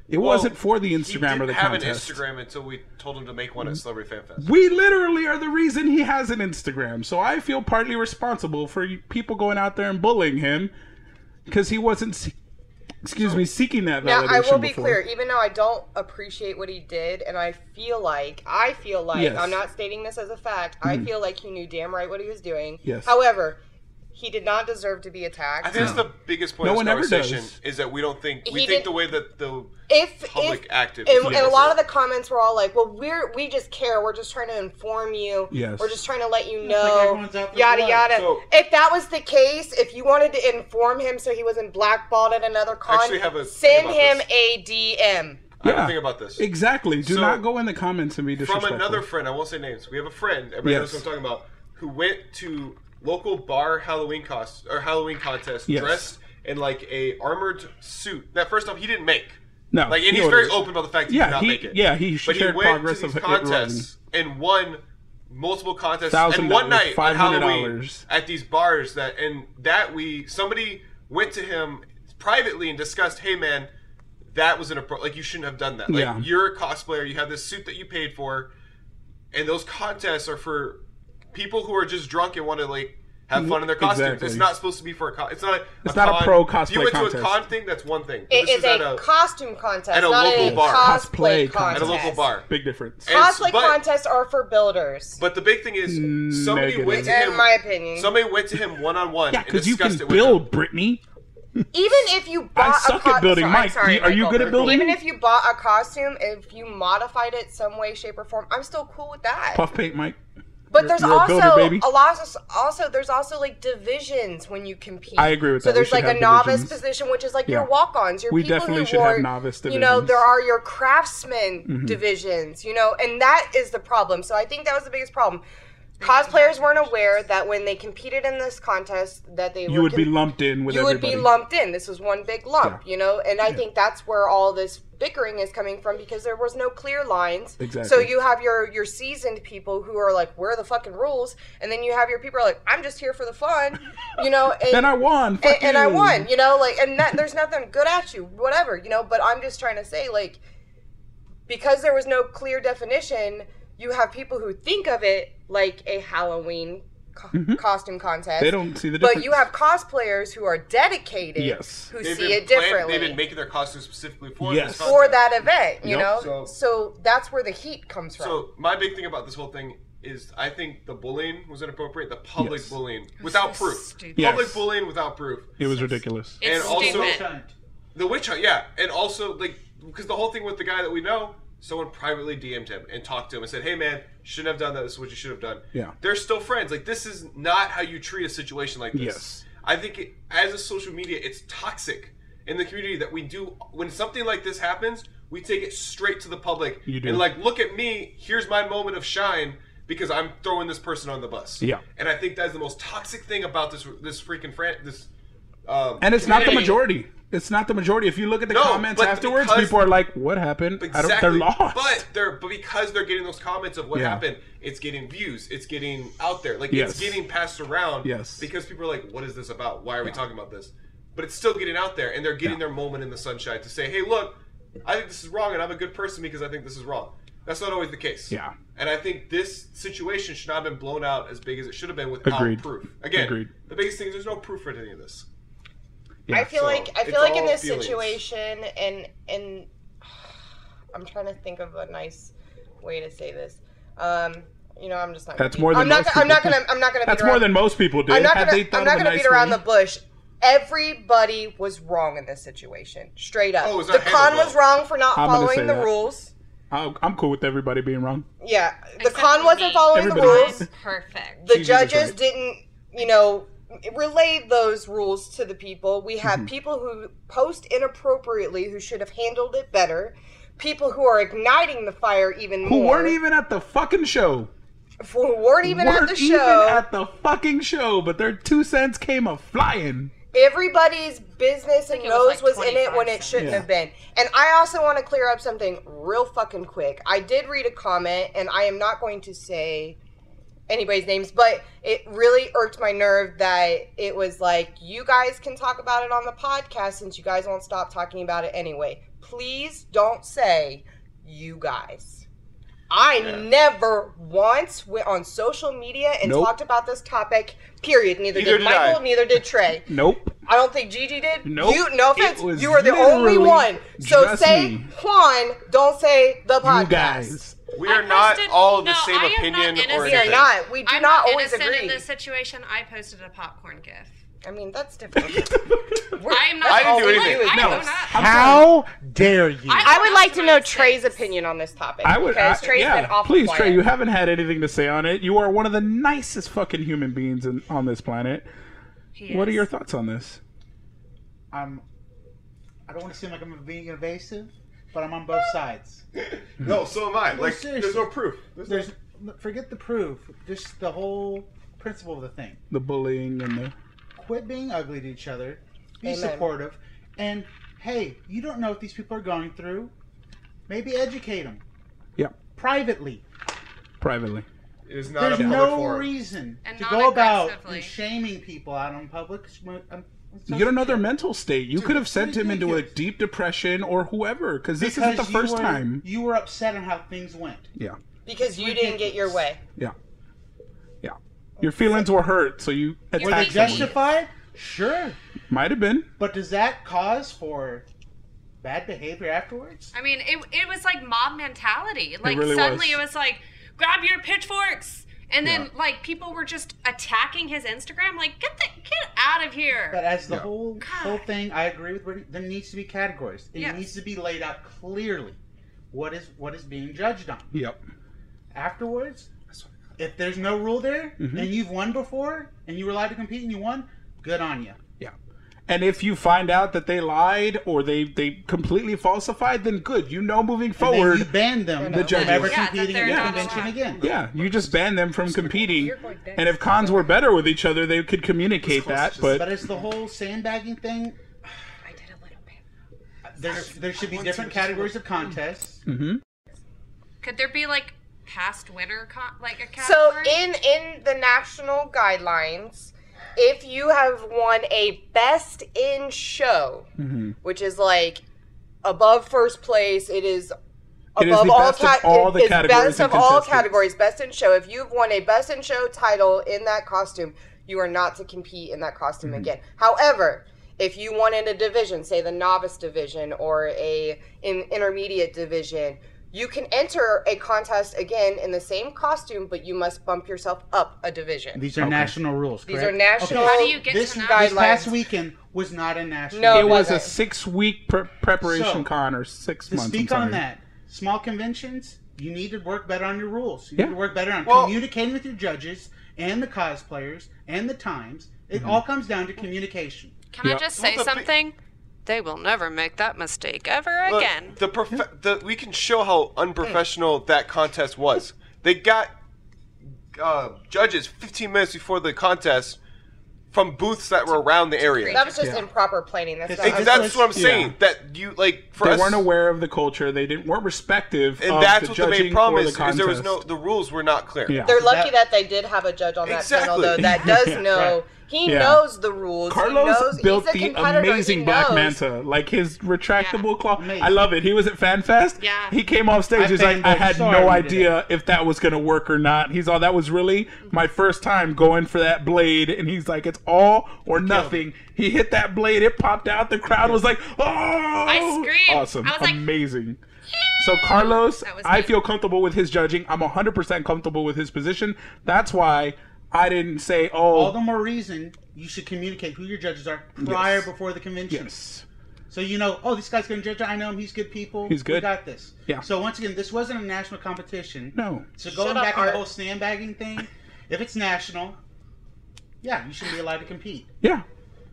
It wasn't for the Instagram
Mm-hmm. he
or
didn't
the
have
contest. Mm.
an Instagram until we told him to make one at Celebrity Fan Fest.
We literally are the reason he has an Instagram. So I feel partly responsible for people going out there and bullying him because he wasn't, se- excuse me, seeking that validation
Now I will be
before.
clear, even though I don't appreciate what he did, and I feel like I feel like
Yes. Mm.
I'm not stating this as a fact. I feel like he knew damn right what he was doing.
Yes.
However, he did not deserve to be
I
attacked.
think that's the biggest point
No
of
one
this
ever
conversation
does.
is that we don't think we
He
think
did-
the way that the
if
public
if,
active
and, and a
people.
lot of the comments were all like, "Well, we're we just care. We're just trying to inform you.
Yes.
We're just trying to let you
like
know.
everyone's out for
yada
blood.
yada."
So-
if that was the case, if you wanted to inform him so he wasn't blackballed at another con,
actually have a thing
send
about
him
this.
a DM.
I have
Yeah.
a thing about this.
Exactly. Do
So-
not go in the comments and be
From
disrespectful.
another friend, I won't say names. We have a friend, everybody
Yes.
knows what I'm talking about, who went to local bar Halloween cost or Halloween contest
Yes.
dressed in like a armored suit. That first off he didn't make.
No,
Like and
he
he's very
ordered-
open about the fact that
Yeah,
he did not
he-
make it.
yeah, he
but he
shared
went
progress
to these
of it
contests and won multiple contests
$1,000,
and one night on Halloween
$500.
at these bars that and that we somebody went to him privately and discussed, hey man, that was an appro- like you shouldn't have done that. Like
Yeah.
you're a cosplayer, you have this suit that you paid for, and those contests are for people who are just drunk and want to like have fun in their costumes.
Exactly.
It's not supposed to be for a con. It's not. A,
It's not a
con-
pro
If
cosplay
you went to a
contest.
con thing, that's one thing. But
It
this
is,
is, at
a,
a
costume contest,
at a
not
local
a
bar.
cosplay
Cosplay
at
contest.
a local bar.
Big difference.
And-
Cosplay
but-
contests are for builders,
But the big thing is somebody
Negative.
went to
in
him.
my opinion.
Somebody went to him one on one
yeah,
and
because you
discussed
can
it with him.
build, Brittany.
Even if you bought
suck
a
at
co-
building.
so- I'm
Mike,
sorry,
are you
Michael.
good at building?
Even if you bought a costume, if you modified it some way, shape, or form, I'm still cool with that.
Puff paint, Mike.
But
You're-
there's
you're a
also
builder, baby.
a lot. Of, also, there's also like divisions when you compete.
I agree with
so
that. We
there's
should
like a
have
novice
divisions.
position, which is like
Yeah.
your walk-ons, your
We
people
definitely
who
should have
wore-
novice
You know, there
divisions. Mm-hmm.
are your craftsmen divisions. You know, and that is the problem. So I think that was the biggest problem. Cosplayers weren't aware that when they competed in this contest, that they
You
were
would be
com-
lumped in with
you would
everybody.
be lumped in. This was one big lump,
Yeah.
you know? And I think that's where all this bickering is coming from because there was no clear lines. So
Exactly.
you have your your seasoned people who are like, "Where are the fucking rules?" And then you have your people who are like, "I'm just here for the fun," you know? And,
and I won.
and,
fuck
and I
you.
won, you know? Like, and that, there's nothing good at you, whatever, you know? But I'm just trying to say, like, because there was no clear definition, you have people who think of it like a Halloween co- costume contest.
Mm-hmm. They don't see the difference.
but you have cosplayers who are dedicated
Yes.
who
They've
see
been
it
plan-
differently
They've been making their costumes specifically for
Yes.
this
for
contest.
that event, you
Yep.
know?
So-
So, that's where the heat comes from.
So my big thing about this whole thing is, I think the bullying was inappropriate. The public
Yes.
bullying without
so
proof.
stupid.
Yes.
Public bullying without proof.
It was ridiculous.
It's
And also-
stupid.
Cunt.
The witch hunt, yeah, and also like because the whole thing with the guy that we know, someone privately DM'd him and talked to him and said, "Hey, man, shouldn't have done that. This is what you should have done."
Yeah.
they're still friends. Like this is not how you treat a situation like this.
Yes.
I think it, as a social media, it's toxic in the community that we do when something like this happens, we take it straight to the public
You do.
and like, look at me. Here's my moment of shine because I'm throwing this person on the bus.
Yeah.
and I think that's the most toxic thing about this this freaking fran this. Um,
And it's not the
community.
majority. It's not the majority. If you look at the
No,
comments
but
afterwards,
because-
people are like, "What happened?
Exactly.
I don't, they're lost."
But they're but because they're getting those comments of what
Yeah.
happened, it's getting views, it's getting out there, like
Yes.
it's getting passed around.
Yes.
Because people are like, "What is this about? Why are we talking about this?" But it's still getting out there, and they're getting
Yeah.
their moment in the sunshine to say, "Hey, look, I think this is wrong, and I'm a good person because I think this is wrong." That's not always the case.
Yeah.
And I think this situation should not have been blown out as big as it should have been without
Agreed.
proof. Again,
Agreed.
the biggest thing is there's no proof for any of this.
Yeah,
I feel
so
like I
it's
feel like in
all
this
feelings.
situation and and I'm trying to think of a nice way to say this. Um, you know, I'm just not.
That's
gonna
more than
I'm not.
most
gonna- I'm not
people.
gonna. I'm not gonna.
that's
beat
more
around-
than most people do.
I'm not
Had
gonna.
they thought
I'm not
of a
gonna
nice
beat around
way-
the bush. Everybody was wrong in this situation, straight up.
Oh, it was
the
not handled
con was
well.
wrong for not
I'm gonna say
following the
that.
rules.
I'll- I'm cool with everybody being wrong.
Yeah, the
Except
con
for
wasn't
me.
following the
Everybody
rules.
was.
Perfect.
the
Gigi was
judges
right.
didn't, you know, relay those rules to the people. We
Mm-hmm.
have people who post inappropriately who should have handled it better. People who are igniting the fire even
Who
more.
weren't even at the fucking show?
who weren't even
weren't
at the
even
show.
at the fucking show, but their two cents came a flying.
Everybody's business and
it was like
nose was in it when it
25
shouldn't
cents.
have been. And I also want to clear up something real fucking quick. I did read a comment, and I am not going to say anybody's names, but it really irked my nerve that it was like, you guys can talk about it on the podcast since you guys won't stop talking about it anyway. Please don't say you guys. I never once went on social media and
Nope.
talked about this topic. Period. Neither,
Neither
did
did
Michael,
I.
neither did Trey.
Nope.
I don't think Gigi did.
Nope.
You, no
It
offense.
was
You were the only
literally
one. So
just
say
me.
Juan, don't say the podcast.
You guys.
We
I
are not
posted-
all of the
no,
same
I am not
opinion or
innocent.
We are
anything.
not. We do
I'm
not
not
always
innocent
agree.
in this situation. I posted a popcorn gif.
I mean, that's different. We're-
I am not.
I didn't do
all we
anything.
do is-
I
No.
will not.
How
How dare you?
I-
I would like to know
That's what I
Trey's opinion on this topic.
I would.
Because
I-
Trey's
yeah.
been awful
Please,
quiet.
Trey. You haven't had anything to say on it. You are one of the nicest fucking human beings in, on this planet.
He
What are
is.
your thoughts on this?
I'm. I don't want to seem like I'm being invasive, but I'm on both sides.
No, so am I. Like,
seriously.
there's no proof. There's no
There's forget the proof, just the whole principle of the thing.
The bullying and the
Quit being ugly to each other. Be
Amen.
supportive, and hey, you don't know what these people are going through. Maybe educate them.
Yeah.
privately.
privately.
It is not
There's
a public
no
forum.
reason
And
to go about
non-aggressively.
shaming people out on public. um, sm- on social
You don't know their
media.
mental state. You could have
it's
sent him into a
ridiculous.
deep depression or whoever, because this
Because
isn't the
you
first
were-
time.
you were upset on how things went.
Yeah,
Because you didn't get your way.
yeah, yeah. Your feelings were hurt, so you
Were they
attacked someone.
justified? Sure,
Might have been.
but does that cause for bad behavior afterwards?
I mean, it, it was like mob mentality. Like
really
suddenly
was.
it was like, grab your pitchforks, and then
Yeah.
like people were just attacking his Instagram. Like get the get out of here.
But as the
Yeah.
whole whole thing, I agree with Brittany. There needs to be categories. It
Yes.
needs to be laid out clearly. What is what is being judged on
Yep.
afterwards? If there's no rule there,
Mm-hmm.
and you've won before, and you were allowed to compete and you won, good on you.
Yeah. And if you find out that they lied or they they completely falsified, then good. You know, moving
Then
forward.
you ban them
The
from
judges.
ever
Yeah,
that
competing
they're
in the
not
convention
allowed.
again.
yeah, you just ban them from competing.
You're going down.
And if cons were better with each other, they could communicate that.
But
But
it's the whole sandbagging thing.
I did a little bit.
There's, there should be different categories of contests.
Hmm.
Could there be like past winner con- like a
So
category?
in in the national guidelines, if you have won a best
Mm-hmm.
in show, which is like above first place, it is
It is
above
the
all,
best of
cat-
all the
it's
categories
best of
and
all
contestants.
categories. Best in show. If you've won a best in show title in that costume, you are not to compete in that costume
Mm-hmm.
again. However, if you won in a division, say the novice division or a in intermediate division, you can enter a contest again in the same costume, but you must bump yourself up a division.
These are national rules.
These
Correct?
are national- How do
you get
this,
to know?
This past
Guidelines.
weekend was not a national.
No,
it was a
wasn't.
six week pre- preparation
So,
con or six
to
months. I'm
speak on
sorry.
that, small conventions, you need to work better on your rules. You
Yeah.
need to work better on
Well-
communicating with your judges and the cosplayers and the times. It
Mm-hmm.
all comes down to communication.
Can
Yeah.
I just say
Well, the bi-
something? They will never make that mistake ever
Look,
again.
the, prof- the we can show how unprofessional that contest was. They got uh, judges 15 minutes before the contest from booths that were around the area.
That was just improper planning. That's
It's-
not
it's-
Ex- that's what I'm saying. That you like for
They
us,
weren't aware of the culture. They didn't weren't respective.
and
of
that's
the
what the
judging
main problem
or the
is. Because there was no
contest.
the rules were not clear.
Yeah.
They're lucky
That-
that, they did have a judge on that
Exactly.
panel, though. That does know
Right.
he
Yeah.
knows the rules. he
Carlos
knows,
built
he's a
the
competitor. He
amazing Black
knows.
Manta, like his retractable claw.
Amazing.
I love it. He was at FanFest.
Yeah.
He came off stage.
I
He's like, I
fanboyed
had
so
no
hard when he did
idea if that was gonna work or not. He's all, that was really my first time going for that blade, and he's like, it's all or nothing. He hit that blade. It popped out. The crowd was like, oh! I
screamed.
Awesome.
I was like,
amazing. So Carlos,
That was
I
me.
feel comfortable with his judging. I'm 100% comfortable with his position. That's why I didn't say,
All
oh,
the more reason you should communicate who your judges are prior
Yes.
before the convention.
yes.
So you know, oh, this guy's going to judge. I know him. He's good people.
He's
We
good.
got this.
Yeah.
So once again, this wasn't a national competition.
No.
So going
Shut up,
back on the
Art.
whole sandbagging thing, if it's national, yeah, you should be allowed to compete.
Yeah.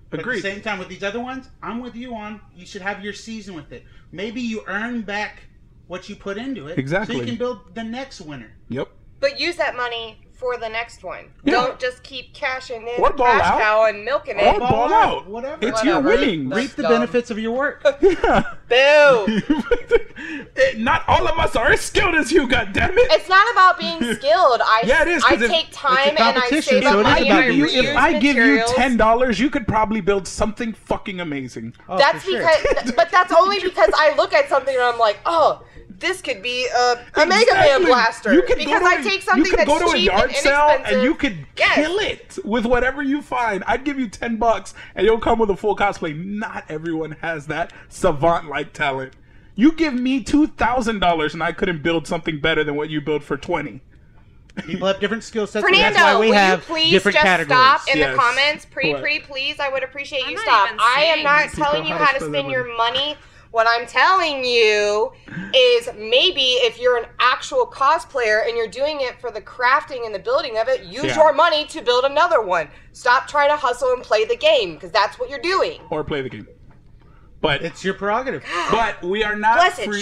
But at
Agreed.
the same time, with these other ones, I'm with you on. You should have your season with it. Maybe you earn back what you put into it, So
Exactly.
you can build the next winner.
yep.
But use that money for the next one.
Yeah.
Don't just keep cashing in
Or ball
cash
out.
cow and milking it.
Or ball, out.
whatever.
It's
Whatever.
your winning.
That's
Reap the
dumb.
benefits of your work.
Yeah.
Boo!
It- not all of us are as skilled as you, goddammit.
it's not about being skilled. I
Yeah, it is,
I
'cause if-
take time and I
competition,
save
so
up
it is
money
about
and I
you.
reuse
If I give you
materials.
ten dollars, you could probably build something fucking amazing.
Oh,
That's
for sure.
because, but that's only because I look at something and I'm like, oh, this could be a, a Mega Man
Exactly.
blaster.
You could
because
go to
I
a-
take something
you could
that's
go to a
cheap
yard
and
sale and
inexpensive.
you could
Yes.
kill it with whatever you find. I'd give you ten bucks and you'll come with a full cosplay. Not everyone has that savant like talent. You give me two thousand dollars and I couldn't build something better than what you build for twenty.
people have different skill sets. and
Fernando,
that's why we
will
have
you please
different
just
categories.
stop in
Yes.
the comments? Pre,
What?
pre, please. I would appreciate
I'm
you
not
stop.
even
I am
seeing
not
these
telling you
people how
how
to
to
spend
spend
their
your money. What I'm telling you is maybe if you're an actual cosplayer and you're doing it for the crafting and the building of it, use
Yeah.
your money to build another one. Stop trying to hustle and play the game because that's what you're doing.
Or play the game. But
It's your prerogative.
But we are not
Blessed
free.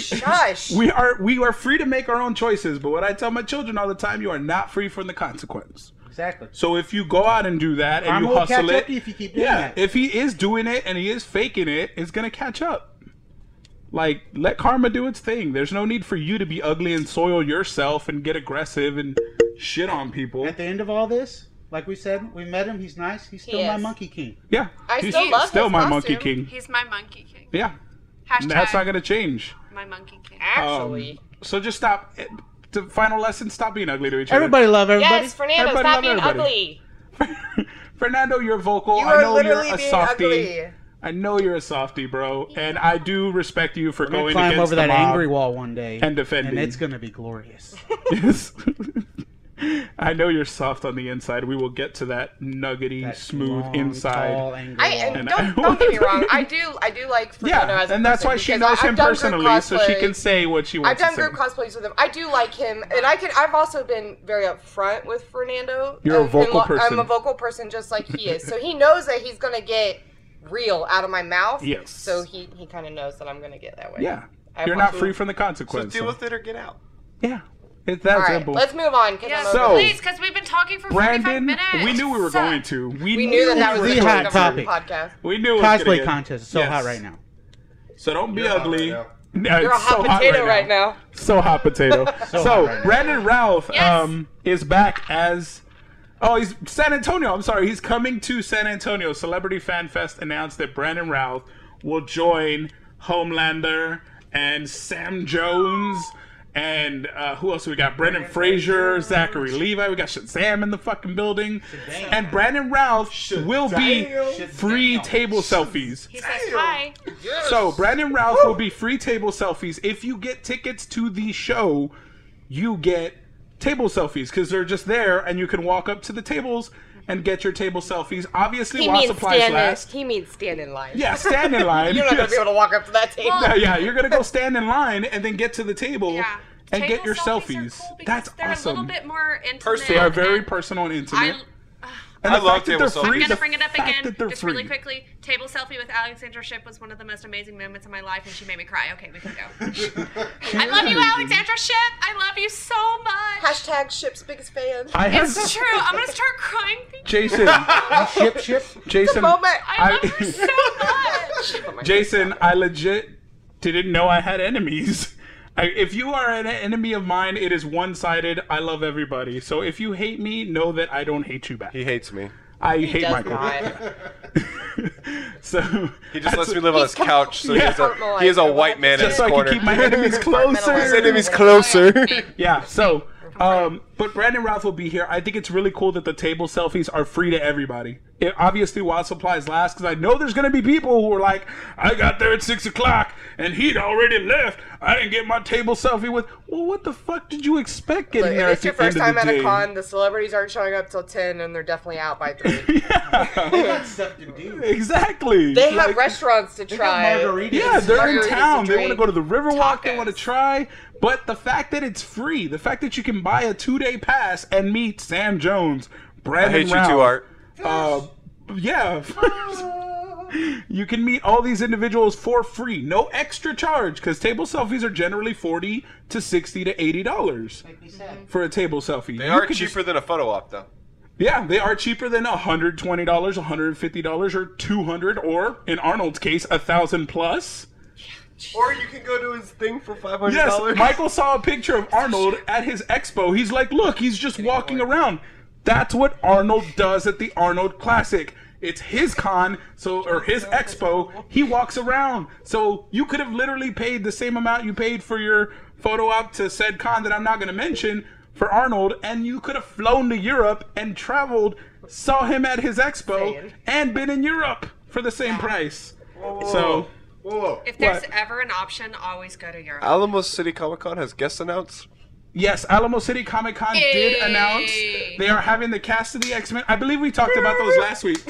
shush.
we are we are free to make our own choices. But what I tell my children all the time, you are not free from the consequence.
Exactly.
So if you go out and do that and
Karma
you
will
hustle
catch
it,
up to you if you keep doing
yeah,
that.
if he is doing it and he is faking it, it's gonna catch up. Like let karma do its thing. There's no need for you to be ugly and soil yourself and get aggressive and shit on people.
At the end of all this, like we said, we met him. He's nice. He's still
He
my
is.
monkey king.
Yeah,
I
he's
still love
still
his
my
costume.
monkey king.
He's my monkey king.
Yeah,
Hashtag
that's not gonna change.
my monkey king.
Actually.
Um,
So just stop. eh, The final lesson: stop being ugly to each other.
Everybody love everybody.
yes, Fernando,
Everybody love
stop being
everybody.
ugly.
Fernando, you're vocal.
You
I
are
know
literally
you're a
being
softy.
ugly.
I know you're a softy, bro, and I do respect you for
We're gonna
going
climb
against
over
the
that
mob.
angry wall one day
and defending.
and it's gonna be glorious.
Yes. I know you're soft on the inside. We will get to that nuggety,
That
smooth
long,
inside.
tall, angry
I
wall.
and
And
don't,
I-
don't get me wrong. I do I do like Fernando
yeah,
as a
and that's
person
why she
because I-
knows
I've
him
done group
personally, so she
cosplay.
can say what she
I've
wants
done
to
group
say.
cosplays with him. I do like him, and I can. I've also been very upfront with Fernando.
You're a
And- and
vocal
lo-
person.
I'm a vocal person, just like he is. So he knows that he's gonna get real out of my mouth.
Yes.
So he he kind of knows that I'm gonna get that way.
yeah,
I
you're
want
not
to-
free from the
So
consequence.
deal
so-
with it or get out.
Yeah, it's that
All right,
simple.
let's move on. 'cause
Yes,
I'm
So-
over this.
please, because we've been talking for 45
Brandon,
minutes.
we knew we were
Suck.
going to. We,
we knew that that was
we
the
were
hot
going to.
topic.
podcast.
We knew it was gonna
Cosplay
get-
contest is so
Yes.
hot right now.
So don't be
You're hot
ugly.
right
No,
You're a
it's
hot
so
potato right now.
So hot potato. so
hot right now.
Brandon Ralph
Yes.
um, is back as. Oh, he's San Antonio. I'm sorry. He's coming to San Antonio. Celebrity Fan Fest announced that Brandon Routh will join Homelander and Sam Jones And uh, who else we got? Brendan Fraser, Zachary Levi. We got Shazam in the fucking building.
Shazam.
And Brandon Ralph will be
Shazam.
free table selfies.
He says hi.
So Brandon Ralph will be free table selfies. If you get tickets to the show, you get table selfies because they're just there, and you can walk up to the tables and get your table selfies. Obviously,
He
while
means
supplies
stand.
last,
In, he means stand in line.
yeah, stand in line.
You're not gonna
Yes.
be able to walk up to that table.
yeah, yeah, you're gonna go stand in line and then get to the table
Yeah.
and
Table
get your
selfies.
selfies.
are cool because
That's
they're
awesome.
a little bit more intimate.
Personal.
they are very
and
personal and
I,
intimate. and
I
the
love
fact that
table
they're
selfies.
free,
I'm gonna
the
bring it up
fact
again,
that they're
just
free.
really quickly. Table selfie with Alexandra Ship was one of the most amazing moments of my life, and she made me cry. Okay, we can go. I love you, Alexandra Ship. I love you so much.
Hashtag ship's biggest fan.
I have
It's true. I'm gonna start crying.
Jason.
Ship, ship.
Jason.
Moment.
I love her so much.
Jason, I legit didn't know I had enemies. I, if you are an enemy of mine, it is one sided. I love everybody. So if you hate me, know that I don't hate you back.
He hates me.
I hate
Does
Michael.
not.
So
He just lets me live on his couch, so
Yeah.
he's a he is a white man in
just
his
so I can
corner.
keep my enemies
his
closer.
enemies closer.
Yeah. So, um, but Brandon Ralph will be here. I think it's really cool that the table selfies are free to everybody. It, obviously, while supplies last, because I know there's gonna be people who are like, "I got there at six o'clock and he'd already left. I didn't get my table selfie with." Well, what the fuck did you expect getting
If
there
it's
at the
your first
end
time
of
at
the
a
day?
con, the celebrities aren't showing up till ten, and they're definitely out by three.
They got stuff to do.
Exactly.
They have
Like,
restaurants to
They got
try.
margaritas.
Yeah, they're
Margaritas
in town.
and
They want to
drink.
go to the Riverwalk. They
Tacos.
want to try. But the fact that it's free, the fact that you can buy a two-day pass and meet Sam Jones,
I
Brandon
hate you
Ralph,
too, Art.
Uh, yeah. you can meet all these individuals for free, no extra charge, because table selfies are generally forty to sixty to eighty dollars
Like we said.
for a table selfie.
They are cheaper than a photo op, though.
yeah, they are cheaper than hundred twenty dollars, one hundred fifty dollars, or two hundred, or in Arnold's case, a thousand plus.
Or you can go to his thing for five hundred
Yes,
dollars.
Michael saw a picture of Arnold at his expo. He's like, look, he's just walking around. That's what Arnold does at the Arnold Classic. It's his con, so or his expo. He walks around. So you could have literally paid the same amount you paid for your photo op to said con that I'm not going to mention for Arnold, and you could have flown to Europe and traveled, saw him at his expo, and been in Europe for the same price. So
Whoa.
If there's
What?
ever an option, always go to Europe.
Alamo City Comic Con has guests announced.
Yes, Alamo City Comic Con did
Hey.
announce they are having the cast of the X Men. I believe we talked about those last week.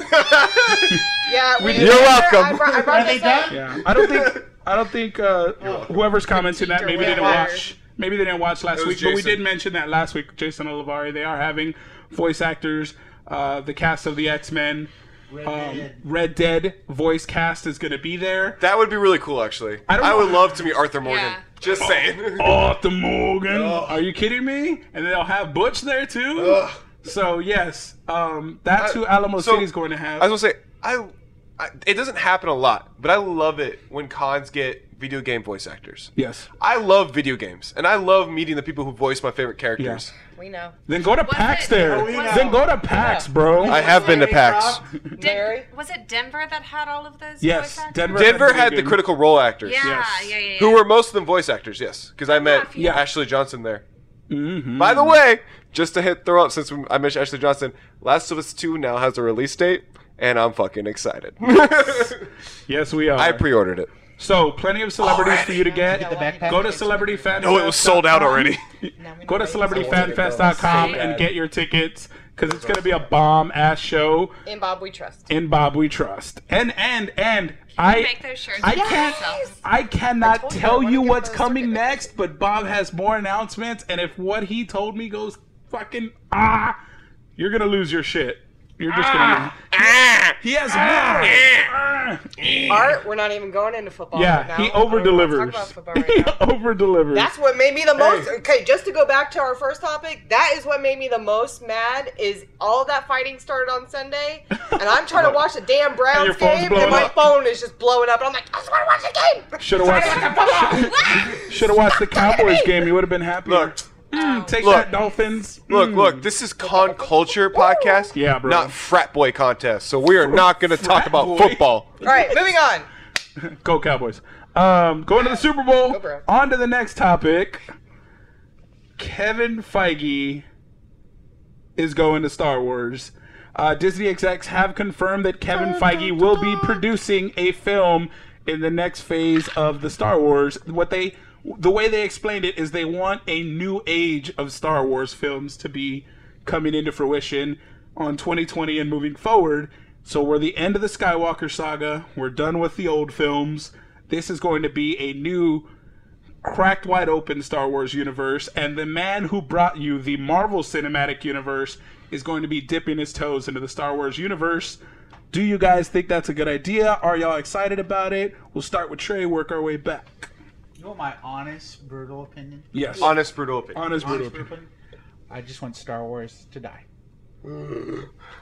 Yeah, we,
You're welcome.
I brought, I brought
Are they
this up.
done?
Yeah, I don't think I don't think uh, whoever's commenting that maybe they didn't
Whatever.
watch. Maybe they didn't watch last
It
week,
was
but we
Jason.
did mention that last week. Jason Olivari, they are having voice actors, uh, the cast of the X Men.
Red
Um,
Dead.
Red Dead voice cast is going to be there.
That would be really cool, actually.
I
I,
don't
would
know.
love to meet Arthur Morgan.
Yeah.
Just saying.
Arthur Morgan.
Ugh.
Are you kidding me? And they'll have Butch there too. So yes, um, that's who Alamo
So,
City's going to have.
I was gonna say, I, I, it doesn't happen a lot, but I love it when cons get video game voice actors.
yes.
I love video games, and I love meeting the people who voice my favorite characters.
We know.
Then go to PAX
it-
there.
was it-
Then go to PAX, bro.
I have been to PAX.
Mary?
was it Denver that had all of those?
yes,
voice actors?
Denver.
Denver
really
had the
good-
Critical Role actors,
Yeah,
Yes.
yeah, yeah, yeah.
who were most of them voice actors. Yes, because I met
Yeah.
Ashley Johnson there.
Mm-hmm.
By the way, just to hit throw up since we- I mentioned Ashley Johnson, Last of Us Two now has a release date, and I'm fucking excited.
Yes, we are.
I pre-ordered it.
so plenty of celebrities for you to get.
Get the backpack.
Go to Celebrity Fan.
No, it was sold out already.
Go to CelebrityFanFest.com and get your tickets because it's gonna be a bomb ass show
In Bob we trust.
in Bob We Trust. And and and I
make those shirts
I
for
can't.
yourself.
I cannot
told you I
tell
wanna
you
get
what's
those
coming
certificates.
next, but Bob has more announcements, and if what he told me goes fucking ah, you're gonna lose your shit. You're just gonna. Lose.
Ah.
He has more. Ah.
Art, we're not even going into football. right
Yeah,
now.
he
I don't
over
even wanna talk
delivers.
about football
he
right now.
over delivers.
That's what made me the most. Okay, just to go back to our first topic, that is what made me the most mad. Is all that fighting started on Sunday, and I'm trying to watch the damn
And your
Browns
phone's
game,
blowing
and my
up.
phone is just blowing up. And I'm like, I just want to watch the game.
Should have watched. Should have watched the Cowboys game. You would have been happy.
Look.
take
Look.
that, Dolphins.
Look,
Mm.
look, this is Con Culture podcast,
Yeah, bro.
not frat boy contest. So we are not going to talk about
boy.
football.
All right, moving on.
Go Cowboys. Um, going to the Super Bowl.
Browns.
On to the next topic. Kevin Feige is going to Star Wars. Uh, Disney execs have confirmed that Kevin Feige will be producing a film in the next phase of the Star Wars. What they, the way they explained it, is they want a new age of Star Wars films to be coming into fruition on 2020 and moving forward. So we're the end of the Skywalker saga. We're done with the old films. This is going to be a new cracked wide open Star Wars universe, and the man who brought you the Marvel Cinematic Universe is going to be dipping his toes into the Star Wars universe. Do you guys think that's a good idea? Are y'all excited about it? We'll start with Trey, work our way back.
You want my honest, brutal opinion?
Yes. Honest,
Honest, brutal opinion.
honest, brutal. opinion.
I just want Star Wars to die.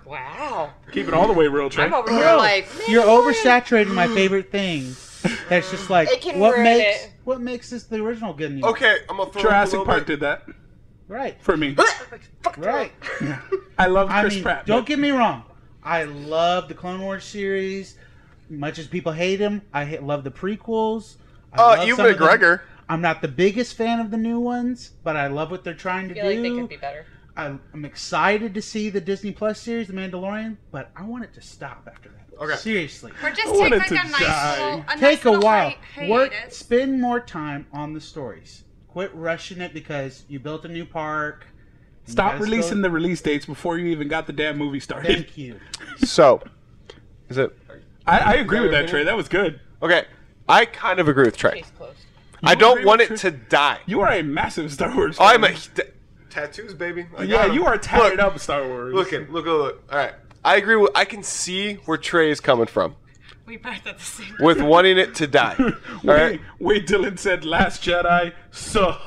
Wow.
Keep it all the way real, Trey.
I'm over here like
You're
"Man,
oversaturating my favorite thing. That's just like
It can
what
ruin
makes
it.
what makes this the original good news.
Okay, I'm gonna throw
Jurassic
up a little
Park
bit.
did that
Right.
for me.
Right.
I love
I
Chris
mean,
Pratt.
don't
but
get me wrong. I love the Clone Wars series. Much as people hate him, I ha- love the prequels. I
Uh,
love
you
some of them.
McGregor.
I'm not the biggest fan of the new ones, but I love what they're trying to
I feel like
do.
they could be better.
I, I'm excited to see the Disney Plus series, The Mandalorian, but I want it to stop after that.
Okay.
Seriously.
Or just
I
take
wanted
like
to
a nice
die.
little, a
Take
nice
a
little
while.
hi-
Work,
hiatus.
spend more time on the stories. Quit rushing it because you built a new park. and you
Stop
gotta
releasing
still-
the release dates before you even got the damn movie started.
Thank you.
So, is it
I, I agree with that, Trey. That was good.
okay? I kind of agree with Trey.
Case closed.
I
agree
don't want
with
it
Trey?
to die.
You are a massive Star Wars.
I'm a
fan.
tattoos, baby. I
Yeah,
got 'em.
you are tatted
Look,
up Star Wars.
Look at look at look. All right, I agree with. I can see where Trey is coming from
We both at the same
with wanting it to die. All right.
Wait, wait, Dylan said Last Jedi so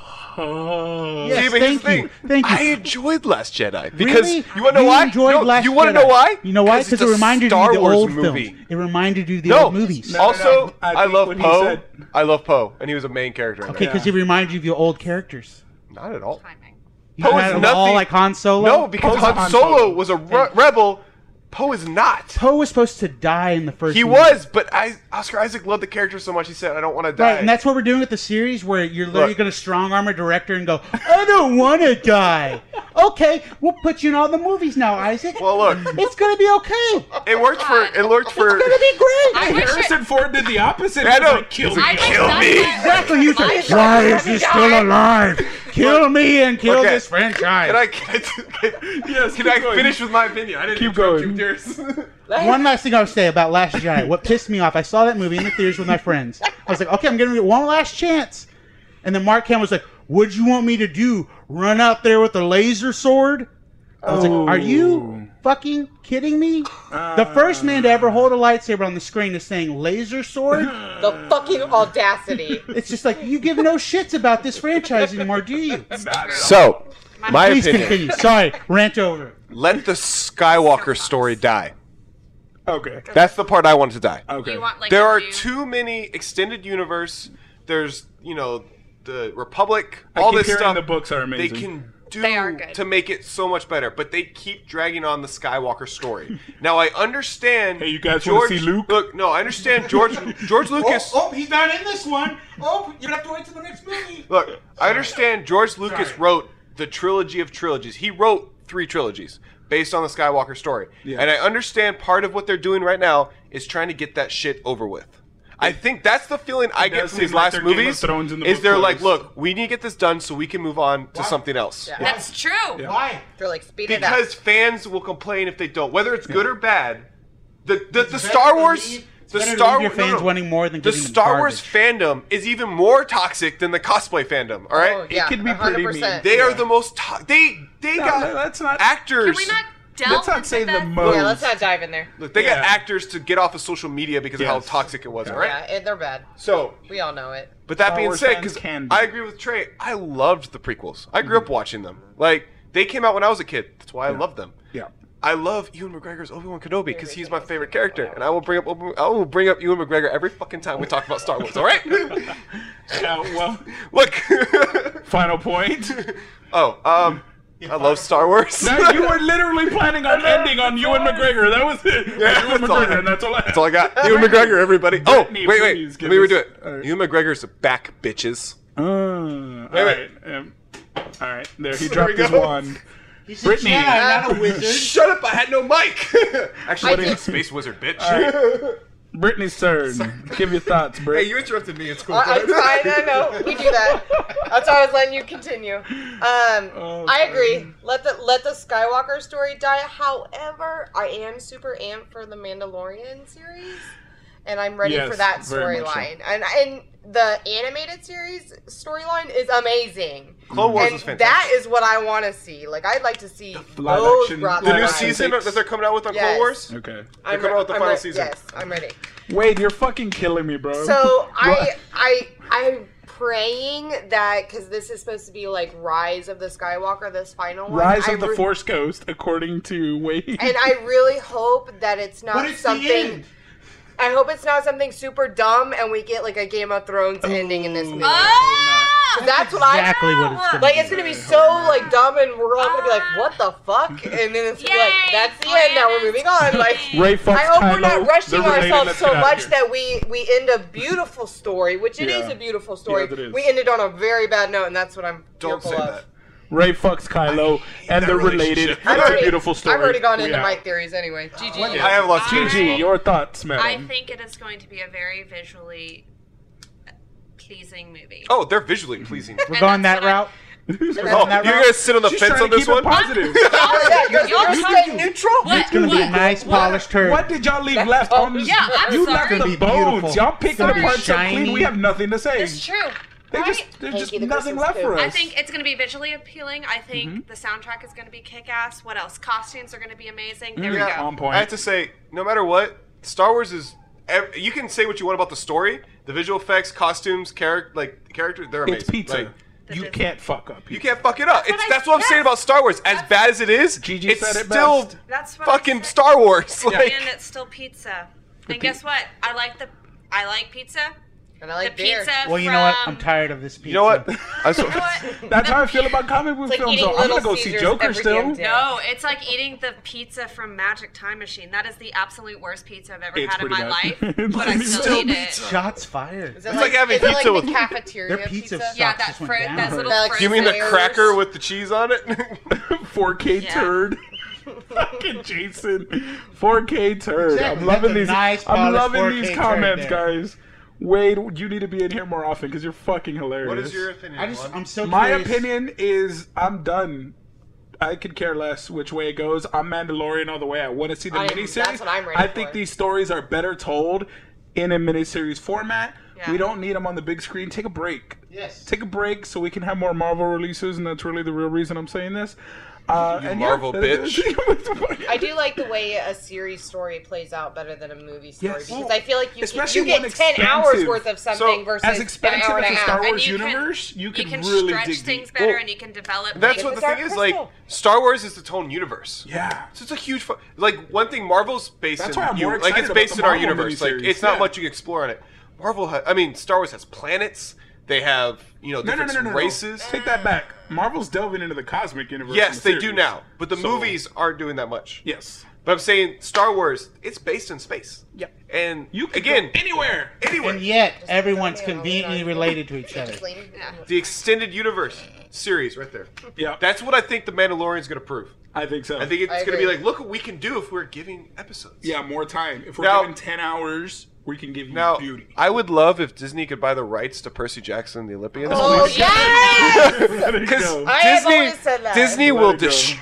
Yeah.
See, but here's the
Thank you.
thing.
Thank you.
I enjoyed Last Jedi because you want to know
You
why?
enjoyed
No,
Last
you want to
Jedi.
know why?
You know why?
it's
Because it
a
reminded
Star
you of the
Wars
old
movie.
films. It reminded you of the
No.
old movies.
No,
also,
I
I,
think
love
when he
Poe.
said-
I love Poe, and he was a main character. in
Okay,
that.
because it reminded you of your old characters.
Not at all.
timing.
You
Poe
had
is
them
nothing.
all like Han Solo.
no, because
Poe's Han
Han
Solo.
Solo was a re- rebel. Poe is not.
Poe was supposed to die in the first.
He
movie.
was, but I, Oscar Isaac loved the character so much he said, "I don't want to die."
Right, and that's what we're doing with the series, where you're literally
Look.
going to strong arm a director and go, "I don't want to die." okay, we'll put you in all the movies now, Isaac.
well, look,
it's going to be okay.
it worked for it worked for.
It's going to be great.
I wish it,
Harrison Ford did the opposite.
I
He was
know.
like, kill
He's
me.
like,
I wish
Kill
that's
me.
what-
Exactly, you
I
said.
shall
Why
never
is he
die."
still alive? Kill me and kill
Okay.
this franchise.
Can I, can I, do- can,
Yes,
can
keep
I
going.
finish with my opinion? I didn't
Keep
interrupt you
going.
with yours.
One last thing I'll say about Last Jedi. What pissed me off, I saw that movie in the theaters with my friends. I was like, okay, I'm gonna get one last chance. And then Mark Hamill was like, what'd you want me to do? Run out there with a laser sword? I was
Oh.
like, are you fucking kidding me? the first man to ever hold a lightsaber on the screen is saying laser sword.
The fucking audacity.
it's just like, you give no shits about this franchise anymore, do you?
So, my
Please
opinion.
continue. Sorry, rant over.
Let the Skywalker story die.
Okay.
That's the part I want to die.
Okay.
You want, like,
there
a
are
new-
too many extended universe. There's, you know, the Republic.
I
all
keep
this
hearing
stuff.
the books are
they
amazing.
can do
They are good.
to make it so much better, but they keep dragging on the Skywalker story. now I understand.
Hey, you guys wanna
George,
see Luke? Oh,
Look, no, I understand George. George Lucas.
Oh, he's not in this one. Oh, you have to wait till the next movie.
Look, I understand George Lucas
Sorry.
wrote the trilogy of trilogies. He wrote three trilogies based on the Skywalker story.
Yeah.
And I understand part of what they're doing right now is trying to get that shit over with. I think that's the feeling I get
does
from these
seem like
last
they're Game of
movies.
Thrones in the
is
book
they're
clubs.
like, look, we need to get this done so we can move on to something else.
That's true.
Why?
They're like speed it up.
Because fans will complain if they don't, whether it's good or bad. The the, the
better
Star
to
Wars,
leave- it's
the
better to
Star
leave your
no, no,
fans
no.
wanting more than
the
giving them
Star Wars
garbage.
fandom is even more toxic than the cosplay fandom. All right,
Oh, yeah,
could be pretty
100%.
They are the most. To- they they
No,
got
no, that's not-
actors.
Can we not delve
Let's not
into
say the
that?
most.
Yeah, let's not dive in there.
Look, they
Yeah.
got actors to get off of social media because of
Yes.
how toxic it was. All right.
Yeah, and they're bad.
So,
We all know it.
but that
Star
being
Wars
said,
fans
because
can be. Mm-hmm.
I agree with Trey, I loved the prequels. I grew up watching them. Like they came out when I was a kid. That's why I loved them.
Yeah.
I love Ewan McGregor's Obi Wan Kenobi because he's my favorite character, and I will bring up Obi- I will bring up Ewan McGregor every fucking time we talk about Star Wars. All right.
Uh, well,
Look.
final point.
oh, um, I love Star Wars.
Now, you were literally planning on ending on Ewan McGregor. That was it.
Yeah,
Ewan
that's all I
McGregor,
had.
and that's all I.
That's all I got. Ewan McGregor, everybody. Oh,
Brittany,
wait, wait.
please
Let
give
me
us-
redo it.
all right.
Ewan McGregor's back, bitches.
Uh, all
Wait, wait.
right, um, All right, there he
There
dropped
we
his
go.
wand.
He's
Brittany.
a Jedi, not a wizard.
Shut up! I had no mic.
I
Actually, what
did-
is space wizard, bitch?
Brittany's turn. Give your thoughts, Britt.
hey, you interrupted me. It's cool.
I- I'm fine. I know we do that. That's why I was letting you continue. Um,
Oh,
I agree. Let the let the Skywalker story die. However, I am super amped for the Mandalorian series, and I'm ready
Yes,
for that
very much so.
storyline. And and the animated series storyline is amazing.
Clone Wars
And
was fantastic.
that is what I want to see. Like I'd like to see
live
those
action-
brought
the
the
back.
new
Live
season
action.
that they're coming out with on
Yes.
Clone Wars.
okay.
I'm
coming out with the
I'm
final
ready.
season.
Yes, I'm ready.
Wade, you're fucking killing me, bro.
So I
What?
I I'm praying that because this is supposed to be like Rise of the Skywalker, this final one.
Rise
I
of the
re-
Force Ghost, according to Wade.
And I really hope that it's not
What is the
something.
end?
I hope it's not something super dumb, and we get like a Game of Thrones ending in
Oh.
this movie.
Oh!
That's what
Exactly what it's gonna
I like. It's gonna be so like dumb, and we're all gonna be like, "What the fuck?" And then it's gonna be like,
Yay,
"That's the end. Now we're moving on." Like,
Ray Fox
I hope we're
Kylo,
not rushing
they're related,
ourselves
let's
so
get out of
much
here.
that we we end a beautiful story, which it is
Yeah.
a beautiful story.
Yeah, it is.
We ended on a very bad note, and that's what I'm
Don't
fearful
say
of.
that.
Ray fucks Kylo, and
that
they're related.
relationship.
It's
I've
a
already-
beautiful story.
I've already gone
We
into
out.
my theories anyway. GG.
I have lots
All
to
right.
GG, your thoughts,
I
madam.
think it is going to be a very visually pleasing movie.
Oh, they're visually pleasing.
We're going that route.
Oh,
that
you're
route?
gonna sit on the
She's
fence
trying
on
to
this
keep it
one?
positive.
Yeah, you're,
Y'all
you're
trying-
staying neutral.
What?
It's gonna be a
what?
nice polished turd.
What did y'all leave left on this?
Yeah, I'm
you
sorry.
left
It's
the
gonna be
bones.
beautiful.
Y'all picked it
It's gonna
apart
be
so clean.
shiny.
We have nothing to say.
It's true.
They
right?
just, there's
Thank
just
you, the
nothing
Christmas
left for us.
food.
I think it's going to be visually appealing. I think
Mm-hmm.
the soundtrack is going to be kick ass. What else? Costumes are going to be amazing. There we
Yeah,
go.
on point.
I have to say, no matter what, Star Wars is. ev- You can say what you want about the story, the visual effects, costumes, character, like characters, they're amazing.
it's pizza.
Like,
you
Disney.
can't fuck up.
you can't fuck it up.
That's
it's
what I-
that's what I'm
yeah.
saying about Star Wars. As bad as it is,
Gigi
it's
said it
still
best.
That's what I
fucking
said.
Star Wars. Like,
and it's still pizza. And
pi-
guess what? I like the I like pizza.
And I like
the
beer.
pizza.
well, you know what?
from-
I'm tired of this pizza.
you know what? I just,
You know what?
That's how I feel about comic book
like
films.
eating
Though. I'm gonna
Little
go see
Caesars
Joker
every damn
still.
day.
No, it's like eating the pizza from Magic Time Machine. That is the absolute worst pizza I've ever
It's
had in my
pretty bad.
life,
It's
but I
pretty
still, eat
bad.
it.
Shots fired.
Is that
It's like having
is it
pizza
like
with-
the cafeteria
Their pizza sucks.
Yeah, that
Just went
fruit,
down.
that's little
Like,
fruit.
you mean the
Layers.
cracker with the cheese on it?
4K
Yeah.
turd. Fucking Jason. 4K turd.
Exactly.
I'm loving
That's a
these.
nice
I'm
polished
loving
4K
these
turd
comments,
there.
guys. Wade, you need to be in here more often because you're fucking hilarious.
what is your opinion?
I just,
Lon?
I'm so
My
curious.
opinion is I'm done. I could care less which way it goes. I'm Mandalorian all the way. I want to see the
I am-
miniseries.
that's what I'm ready
I think
for.
these stories are better told in a miniseries format.
Yeah.
We don't need them on the big screen. Take a break.
Yes.
Take a break so we can have more Marvel releases, and that's really the real reason I'm saying this. Uh,
You
and yeah,
Marvel
that is-
I do like the way a series story plays out better than a movie story
Yes.
because I feel like you, can,
Especially
you get
one
ten hours
expansive-
worth of something
So,
versus
As
an
expansive
hour and a
as the
half.
Star
And
Wars
you can-
universe, you
You
can,
can
really
stretch
dig deep.
things better
Well,
and you can develop.
That's
it.
what
the
the
Dark
thing is. Like
Crystal.
Star Wars is its own universe.
Yeah.
So it's a huge, fu- like one thing Marvel's based.
That's
in,
why I'm more
you- like
excited
it's
about
based
the
in our
Marvel
universe. Like
miniseries,
it's not
yeah.
much you can explore on it. Marvel, ha- I mean, Star Wars has planets. They have you know
No, no,
different
no, no, no.
races.
Take that back. Marvel's delving into the cosmic universe.
Yes,
in the
they do
series.
now, but the
So-
movies aren't doing that much.
Yes.
But I'm saying Star Wars, it's based in space.
Yep.
And
You can
again
go anywhere.
anywhere.
And yet, everyone's
Yeah, I'll lean
conveniently
on-
related to each other.
Yeah.
the extended universe series right there.
Yeah.
That's what I think the Mandalorian's going to prove.
I think so.
I think it's
I
going to
agree.
be like, look what we can do if we're giving episodes.
yeah, more time. If we're
Now-
given ten hours, we can give you
Now,
beauty.
I would love if Disney could buy the rights to Percy Jackson and the Olympians.
Oh yes!
There you
Because
go.
I have always said
Disney,
that.
Disney
Let
will,
it go.
dest-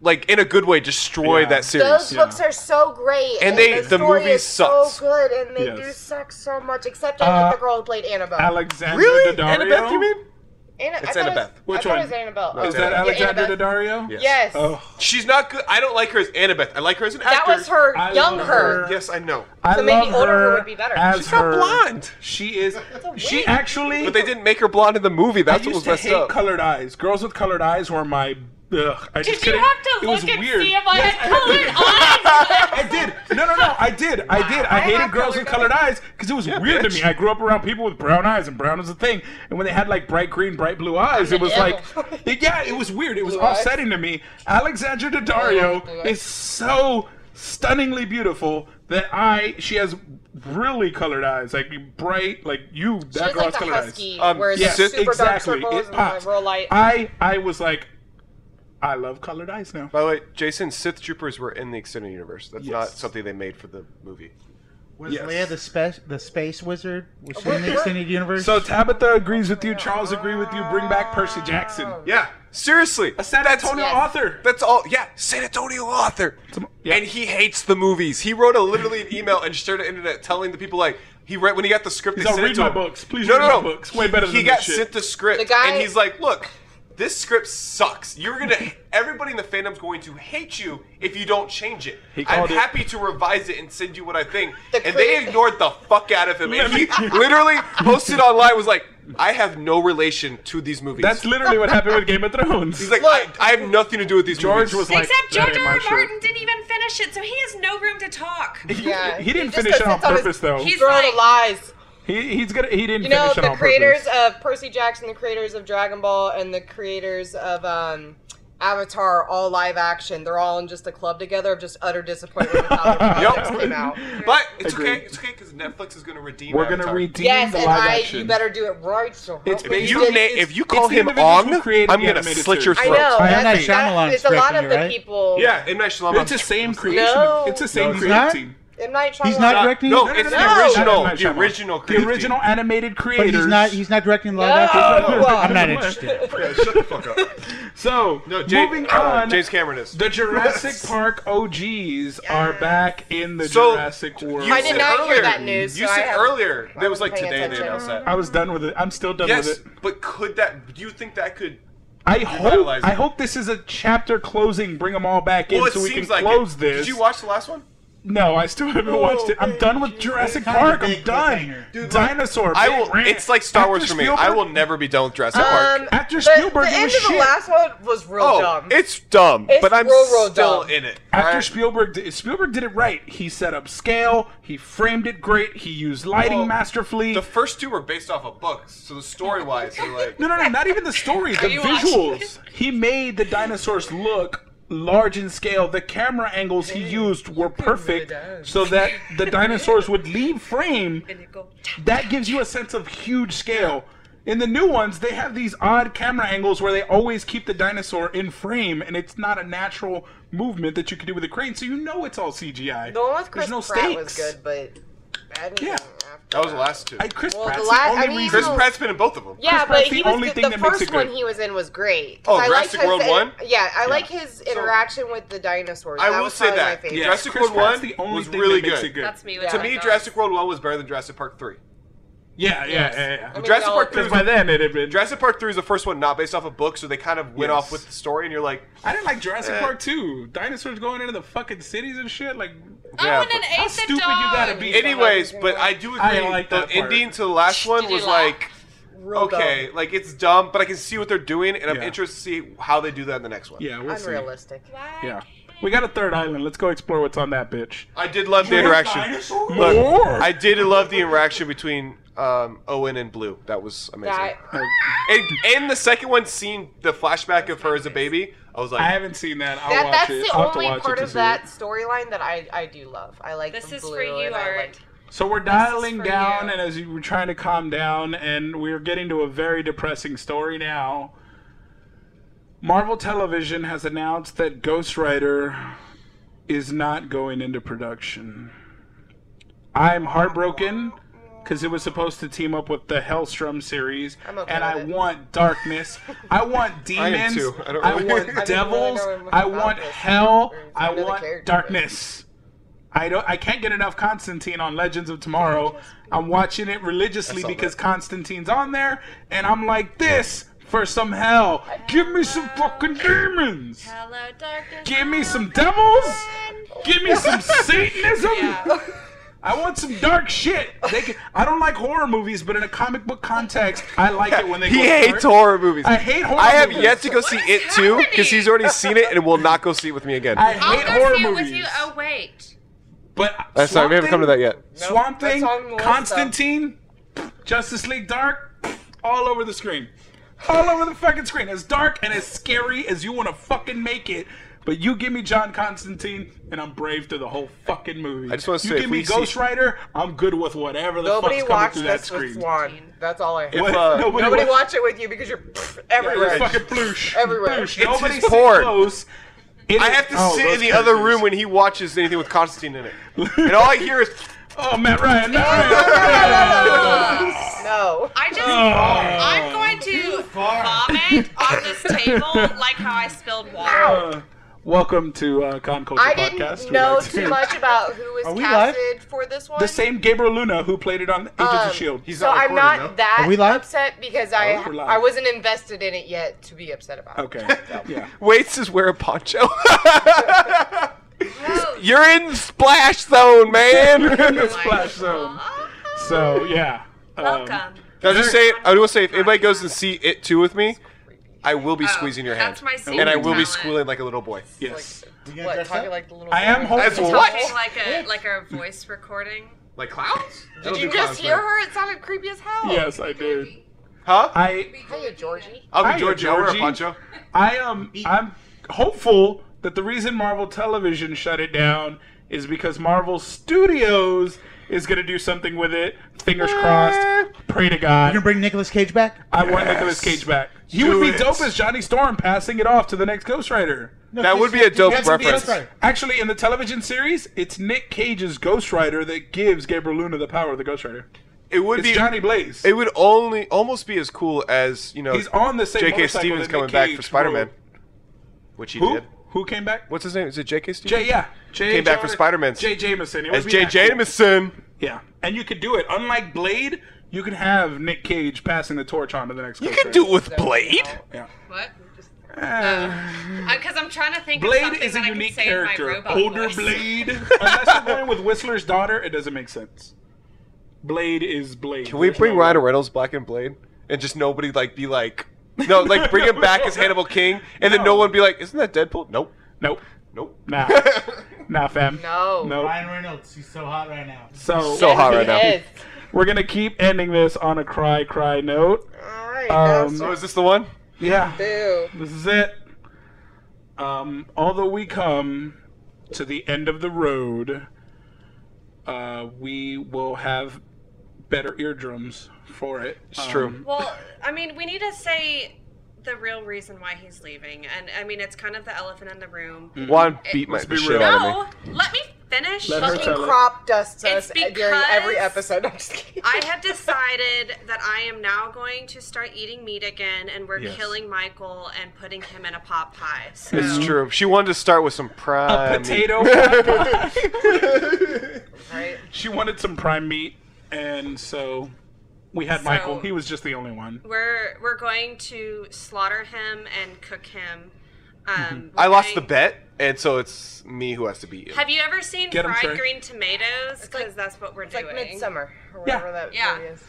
like, in a good way, destroy
Yeah.
that series.
Those
Yeah.
books are so great,
And they- the
story
movie
is
sucks.
so good, and they do
Yes.
suck so much. Except I like
Uh,
the girl who played Annabelle.
Alexander
really?
Daddario.
Annabeth, you mean?
Anna-
It's
I thought it was-
Annabeth.
I
Which
thought it
one?
was Annabelle.
No,
Oh,
Is
it's
that
yeah,
Alexander
Annabeth.
Daddario?
Yes.
Yes.
Oh,
She's not good. I don't like her as Annabeth. I like her as an
That
actor.
was her
I
young
love her.
her.
Yes, I know.
I
So maybe
love
older
her
would be better.
as
She's
her.
not blonde.
She is.
a
She
wig.
actually.
But they didn't make her blonde in the movie.
I
That's what
used
was
to
messed
hate
up.
colored eyes. Girls with colored eyes were my. Ugh, I just
Did you
couldn't-
have
it
to
was
look and
weird.
see if I
Yes,
had colored eyes?
I did. No, no, no. I did. I did. I,
I
hated
have
girls with colored
colored
eyes because it was weird to
bitch.
me. I grew up around people with brown eyes, and brown was a thing. And when they had like bright green, bright blue eyes, it was like,
devil.
yeah, it was weird. It was
Blue eyes?
offsetting to me. Alexandra Daddario
Blue eyes.
is so stunningly beautiful. that I she has really colored eyes, like bright, like you.
She
That
was
girl
like
has
the
colored
husky,
eyes.
Um,
where it's
yes,
like super
exactly.
dark circles
It Uh,
and like
pops.
real light.
I I was like, I love colored eyes now.
By the way, Jason, Sith troopers were in the extended universe. That's not
Yes.
something they made for the movie.
Was
Yes.
Leia the space the space wizard? Was she
What-
in the
what-
extended universe?
So Tabitha agrees with you. Charles agree with you. Bring back Percy Jackson.
Yeah, seriously.
A San Antonio
Oh. Yes.
author.
That's all. Yeah, San Antonio author.
Some- yeah.
And he hates the movies. He wrote a literally an email and shared it on the internet telling the people like he read when he got the script.
He's
they
all,
sent it
"Read
to
my
him.
books. Please
no,
read
no,
my
no.
books. Way better
He
than
got
this shit."
sent the script,
The guy-
and he's like, "Look, this script sucks. You're gonna everybody in the fandom's going to hate you if you don't change it.
He
I'm
called it-
happy to revise it and send you what I think."
The
and they
crit-
ignored the fuck out of him, and he literally posted online was like, "I have no relation to these movies."
That's literally what happened with Game of Thrones.
He's like, I, I have nothing to do with these
George
movies.
was like,
Except
"That
George
ain't
R.
my
R.
shit."
Martin didn't even finish it, so he has no room to talk.
Yeah.
He didn't
He just
finish it on
sits on his-
purpose though.
He's
Throw the
like,
lies.
He, he's gonna. He didn't
You know
finish it
the
on
creators
purpose.
of Percy Jackson, the creators of Dragon Ball, and the creators of um, Avatar, all live action. They're all in just a club together of just utter disappointment with how their
Yep.
projects came out.
But it's
Agreed.
okay. It's okay because Netflix is going to redeem.
We're gonna
Avatar.
redeem
Yes,
the
and
live
I,
action.
you better do it right. So
It's
help me
If you,
God.
na-
It's-
if you call
the
him
individuals who
on,
created
I'm
the
gonna
animated
slit your
series.
I
throat.
know.
I
That,
had
that,
that Shyamalan
it's a lot
script
of
in
the
here, right?
people.
Yeah, M Night Shyamalan.
It's the same creation.
No.
It's the same
it's
creative
not?
team.
M. Night
He's
Shyamalan-
not
Not-
directing-
No,
No,
no,
it's
no,
no,
the
no.
original.
Not M. Night
The
Shyamalan.
original.
The
creative
original
team.
animated
but
creators.
he's not he's not directing live
No.
action.
No.
I'm not interested.
Yeah, shut the fuck up.
So
No, Jay,
moving
uh,
on.
James Cameron is.
the Jurassic Park OGs are back in the
So,
Jurassic World.
you
I did
said
not hear
earlier-
that news,
You
so I
said
haven't-
earlier that was like
paying
today they
attention.
announced that.
I was done with it. I'm still done
Yes,
with it.
but could that? Do you think that could?
I hope.
revitalize it.
I hope this is a chapter closing. Bring them all back in
Well, it
so we can
seems like
close
it.
this.
Did you watch the last one?
No, I still haven't watched it. I'm done with Jurassic
Kinda
Park.
big
I'm done.
cliffhanger.
Dinosaur.
I
big
will.
rant.
It's like Star
After
Wars for me.
Spielberg-
I will never be done with Jurassic Park.
Um,
After
the-
Spielberg,
the
it
end
was
of the
shit.
last one was real
Oh,
dumb.
it's dumb,
It's
but I'm
real, real
still
dumb.
in it.
After
I-
Spielberg, did, Spielberg did it right. He set up scale. He framed it great. He used lighting
Well,
masterfully.
the first two were based off of books, so the story wise, they're like
no, no, no, not even the story. The
you
visuals. He made the dinosaurs look large in scale. The camera angles he used were perfect,
done.
so that the dinosaurs would leave frame.
and it go-
that gives you a sense of huge scale. In the new ones, they have these odd camera angles where they always keep the dinosaur in frame, and it's not a natural movement that you can do with a crane. So you know it's all CGI.
the one with Chris
There's no
Pratt was
stakes.
good, but anything
Yeah. Oh,
after
that was the last two.
I, Chris
Well, the
Pratt's
la-
the only
I mean,
reason.
Chris
no.
Pratt's been in both of them.
Yeah,
Pratt's
but
the
he was
only
good.
thing
the
that makes
first
it good.
one he was in was great.
Oh,
I
Jurassic
liked his
World one?
Yeah, I like
Yeah.
his interaction with the dinosaurs.
I
That
will
was
say
probably my
that.
favorite.
Yeah. Jurassic
Chris
World
Pratt's
one
the only
was
thing
really
that makes
good.
it good.
That's me. With
To
To
Jack
me,
Dogs.
Jurassic World One was better than Jurassic Park Three.
yeah, yeah, yeah, yeah.
I mean,
Jurassic
y'all-
Park Three
Because by then it had been.
Jurassic Park Three is the first one not based off a book, so they kind of went
Yes.
off with the story, and you're like,
I didn't like Jurassic
Eh.
Park 2. Dinosaurs going into the fucking cities and shit. Like,
I
yeah.
want
but-
Oh, an
How
ace of
stupid you gotta be.
dogs.
Anyways, but I do agree.
I like
the
that part.
ending to the last
Did
one
you
was
laugh?
like
Real
okay, like it's dumb, but I can see what they're doing, and I'm
Yeah.
interested to see how they do that in the next one.
yeah, we'll
dumb.
see.
unrealistic.
Why
Yeah,
can't-
we got a third island. Let's go explore what's on that bitch.
I did love the interaction. Look,
More.
I did love the interaction between um, Owen and Blue. That was amazing.
That-
And, and the second one, seeing the flashback of her as a baby, I was
I
like,
haven't seen that. I'll
that-
watch
that's
it.
the
I'll have to
only
watch it
part
to
of
see it.
that storyline that I, I do love. I like
This
the
is
blue
for you,
and I
Art.
like-
So we're dialing
for
down,
you.
and as you were trying to calm down, and we're getting to a very depressing story now. Marvel Television has announced that Ghost Rider is not going into production. I'm heartbroken because it was supposed to team up with the Hellstrom series,
I'm okay
and
with
I
it.
want darkness. I want demons. I,
too. I don't really- I didn't
want
really
devils.
know much
I
about
want
this.
hell.
Or
I
know the
want
character, but-
darkness. I don't. I can't get enough Constantine on Legends of Tomorrow. I'm watching it religiously
saw
because
that.
Constantine's on there, and I'm like this for some hell. Give me some fucking demons.
Hello, darkness.
Give me some devils. Give me some Satanism.
Yeah.
I want some dark shit. They can, I don't like horror movies, but in a comic book context, I like it when they.
he
go
hates
for it.
horror movies.
I hate horror.
I have
movies.
yet to go see
is
it too because he's
happening?
already seen it and will not go see it with me again.
I
I'll
hate
go
horror
see it
movies.
with you. Oh wait.
But
That's
Swamp
Uh, sorry, we haven't come to
Thing-
that yet.
Swamp
that's
Thing,
on the list,
Constantine, Justice League Dark, all over the screen. All over the fucking screen. As dark and as scary as you want to fucking make it. But you give me John Constantine, and I'm brave to the whole fucking movie.
I just wanna
you
say,
give
if
me
we
Ghost
see-
Rider, I'm good with whatever the
Nobody
fuck's coming
watched
through that
this with
screen.
Gene.
Juan. That's all I have.
If, uh,
nobody
Nobody
wa-
watch it with you because you're pff, everywhere.
Fucking bloosh.
Everywhere.
Bloosh.
It's
Nobody
his
sits
porn.
close. It
I
is-
have to
Oh,
sit in
those
the other
characters.
room when he watches anything with Constantine in it, and all I hear is
Oh, Matt Ryan. Matt Ryan.
No.
I just,
Oh.
I'm going to vomit on this table like how I spilled water.
Uh, welcome to uh, Con Culture
I
Podcast.
didn't
We'd
know
like to-
too much about who was
Are we live?
casted for this one.
The same Gabriel Luna who played it on Agents
Um,
of Shield.
he's
so
not.
I'm
recorded,
not
no?
that
Are we live?
upset because I
Oh, we're live.
I wasn't invested in it yet to be upset about. it.
Okay. Yeah.
Waits is wear a poncho.
Gross.
You're in splash zone, man.
Like,
Splash Zone.
uh,
So yeah. Um,
Welcome.
I'll just say, I will say, if anybody goes and see it too with me, I will
Oh,
be squeezing your hand,
Oh, that's my
and I will
secret
be
talent.
squealing like a little boy.
Yes.
gonna
What
dress
talking
up?
like the little?
I am
girl?
hopeful.
That's What?
Talking Like a like a voice recording.
Like clowns?
Did you just hear her? It sounded creepy as hell.
Yes, I did.
Huh?
I
Hiya, Georgie.
I'll
Hiya,
be Georgie. I'll wear a
Georgie.
poncho.
I am I'm hopeful that the reason Marvel Television shut it down is because Marvel Studios is going to do something with it. Fingers crossed. Pray to God.
You're gonna bring Nicolas Cage back?
I want Nicolas Cage back. He
Do
would be
it.
dope as Johnny Storm passing it off to the next Ghost Rider.
That would be a dope
That's gonna be a
reference.
Ghost Rider.
Actually, in the television series, it's Nick Cage's Ghost Rider that gives Gabriel Luna the power of the Ghost Rider.
It would
It's
be.
Johnny Blaze.
It would only almost be as cool as you know.
He's on the same
J.K.
motorcycle
Stevens
that
coming
Nick
back
Cage
for Spider-Man,
rode.
which he
Who?
did.
Who came back?
What's his name? Is it J.K. Stevens?
Jay, yeah. Jay
Came back for
Jonah-
Spider-Man.
Jay Jameson. It would
As
be
J.
that cool.
Jameson.
Yeah. And you could do it. Unlike Blade, you can have Nick Cage passing the torch on to the next
You
Ghost
can do it with Blade.
Yeah.
What?
Eh,
Because Uh, I'm trying to think. of
Blade
something
is a
that I can
unique
say in my
character.
robot
Older
voice.
Blade. Unless you're going with Whistler's daughter, it doesn't make sense. Blade is Blade.
Can we
There's
bring
no-
Ryan Reynolds back in Blade and just nobody like be like, no, like bring him back as Hannibal King, and then
No.
no one be like, isn't that Deadpool? Nope,
Nope.
nope.
Nah. nah, fam.
No.
Nope.
Ryan Reynolds, he's so hot right now.
So,
So hot right now.
Yes.
we're gonna keep ending this on a cry cry note.
All right.
Um,
that
So
was
is this the one?
Yeah.
so
This is it. Um, although we come to the end of the road, uh, we will have better eardrums for it. Um,
It's true.
mm-hmm.
Well, I mean, we need to say the real reason why he's leaving, and I mean, it's kind of the elephant in the room.
Juan beat my
Let's be
the shit
real.
out of Mm. me.
No, let me finish.
Let her
Fucking
tell it.
crop dusts
It's
us during every
because-
episode. I'm just kidding.
I have decided that I am now going to start eating meat again, and we're
Yes.
killing Michael and putting him in a pot pie. So
It's true. She wanted to start with some prime.
Potato. pot pie.
right.
she wanted some prime meat, and so we had
So-
Michael. He was just the only one.
we're we're going to slaughter him and cook him. Um, we're
Mm-hmm. I lost the
going-
bet, and so it's me who has to beat you.
Have you ever seen
Get 'em,
fried
Trey.
green tomatoes? Because
like-
that's what we're
It's
doing.
like midsummer or
Yeah.
whatever that
Yeah.
movie is.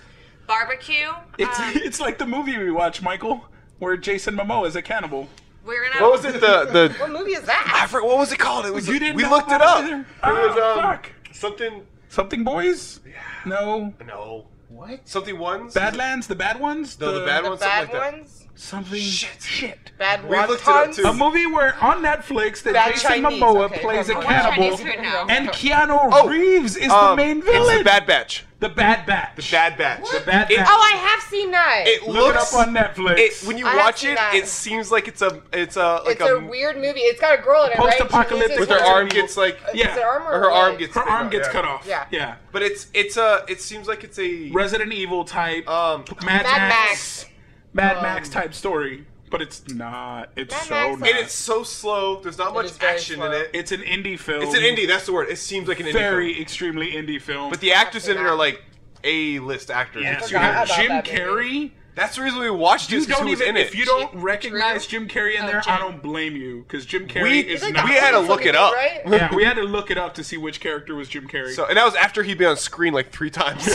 Barbecue.
It's
um,
it's like the movie we watch, Michael, where Jason Momoa is a cannibal.
we're gonna.
What was it? The the
What movie is
I
that?
forgot, what was it called? It was
You didn't
we
know
looked it
about
up.
it either?
It
Ah,
was um,
fuck.
something.
Something boys? No.
No,
What?
something ones.
Badlands, the bad ones.
No, the bad
The
ones,
bad
something like that.
ones?
Something. Shit. Shit.
Bad
We looked it up,
wontons?
too.
A movie where on Netflix that
Bad
Jason
Chinese,
Momoa
okay,
plays a
come on.
cannibal,
Chinese food now.
and Keanu
Oh,
Reeves is the
Um,
main
It's
villain.
the Bad Batch.
The Bad Batch.
The Bad Batch.
The Bad
It-
Batch.
Oh, I have seen that.
It
Look
looks
it up on Netflix.
It, when you
I have
watch
seen
it,
that.
it seems like it's a it's a like
it's a,
m-
weird movie. It's got a girl in it, right? She
Post-apocalyptic
loses
with her
her
It's
arm
evil.
gets like
Is it her arm or
her arm
leg?
gets
her arm gets
yeah.
cut off.
Yeah.
Yeah.
But it's it's a it seems like it's a
Resident Evil type.
um
Mad,
Mad
Max.
Max. Um,
Mad Max type story, but it's not. It's
Mad
so
Max
not.
and it's so slow. There's not
is
much
very
action in
slow.
it.
It's an indie film.
It's an indie. That's the word. It seems like an indie.
Very
film.
extremely indie film.
But the actors in it
that.
are like a list actors.
yes,
It's
you have
Forgot about
Jim
that movie.
Carrey.
That's the reason we watched it.
You
is 'cause
don't
he was
even.
in it.
If you don't recognize Jim Carrey in
Oh,
there, I
Jim.
don't blame you because Jim Carrey
we
is
we
not.
had to look it up.
Right?
yeah, we had to look it up to see which character was Jim Carrey.
So and that was after he'd been on screen like three times,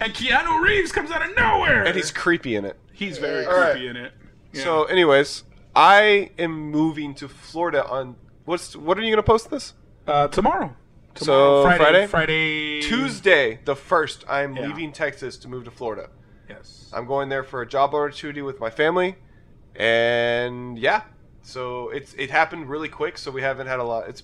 and Keanu Reeves comes out of nowhere,
and he's creepy in it.
he's very
All
creepy in
right.
it. Yeah.
So, anyways, I am moving to Florida on what's what are you gonna post this?
uh, tomorrow,
So
Friday,
Friday,
Friday,
Tuesday the first, I'm
Yeah.
leaving Texas to move to Florida.
Yes.
I'm going there for a job opportunity with my family, and yeah, So it's it happened really quick. So we haven't had a lot. It's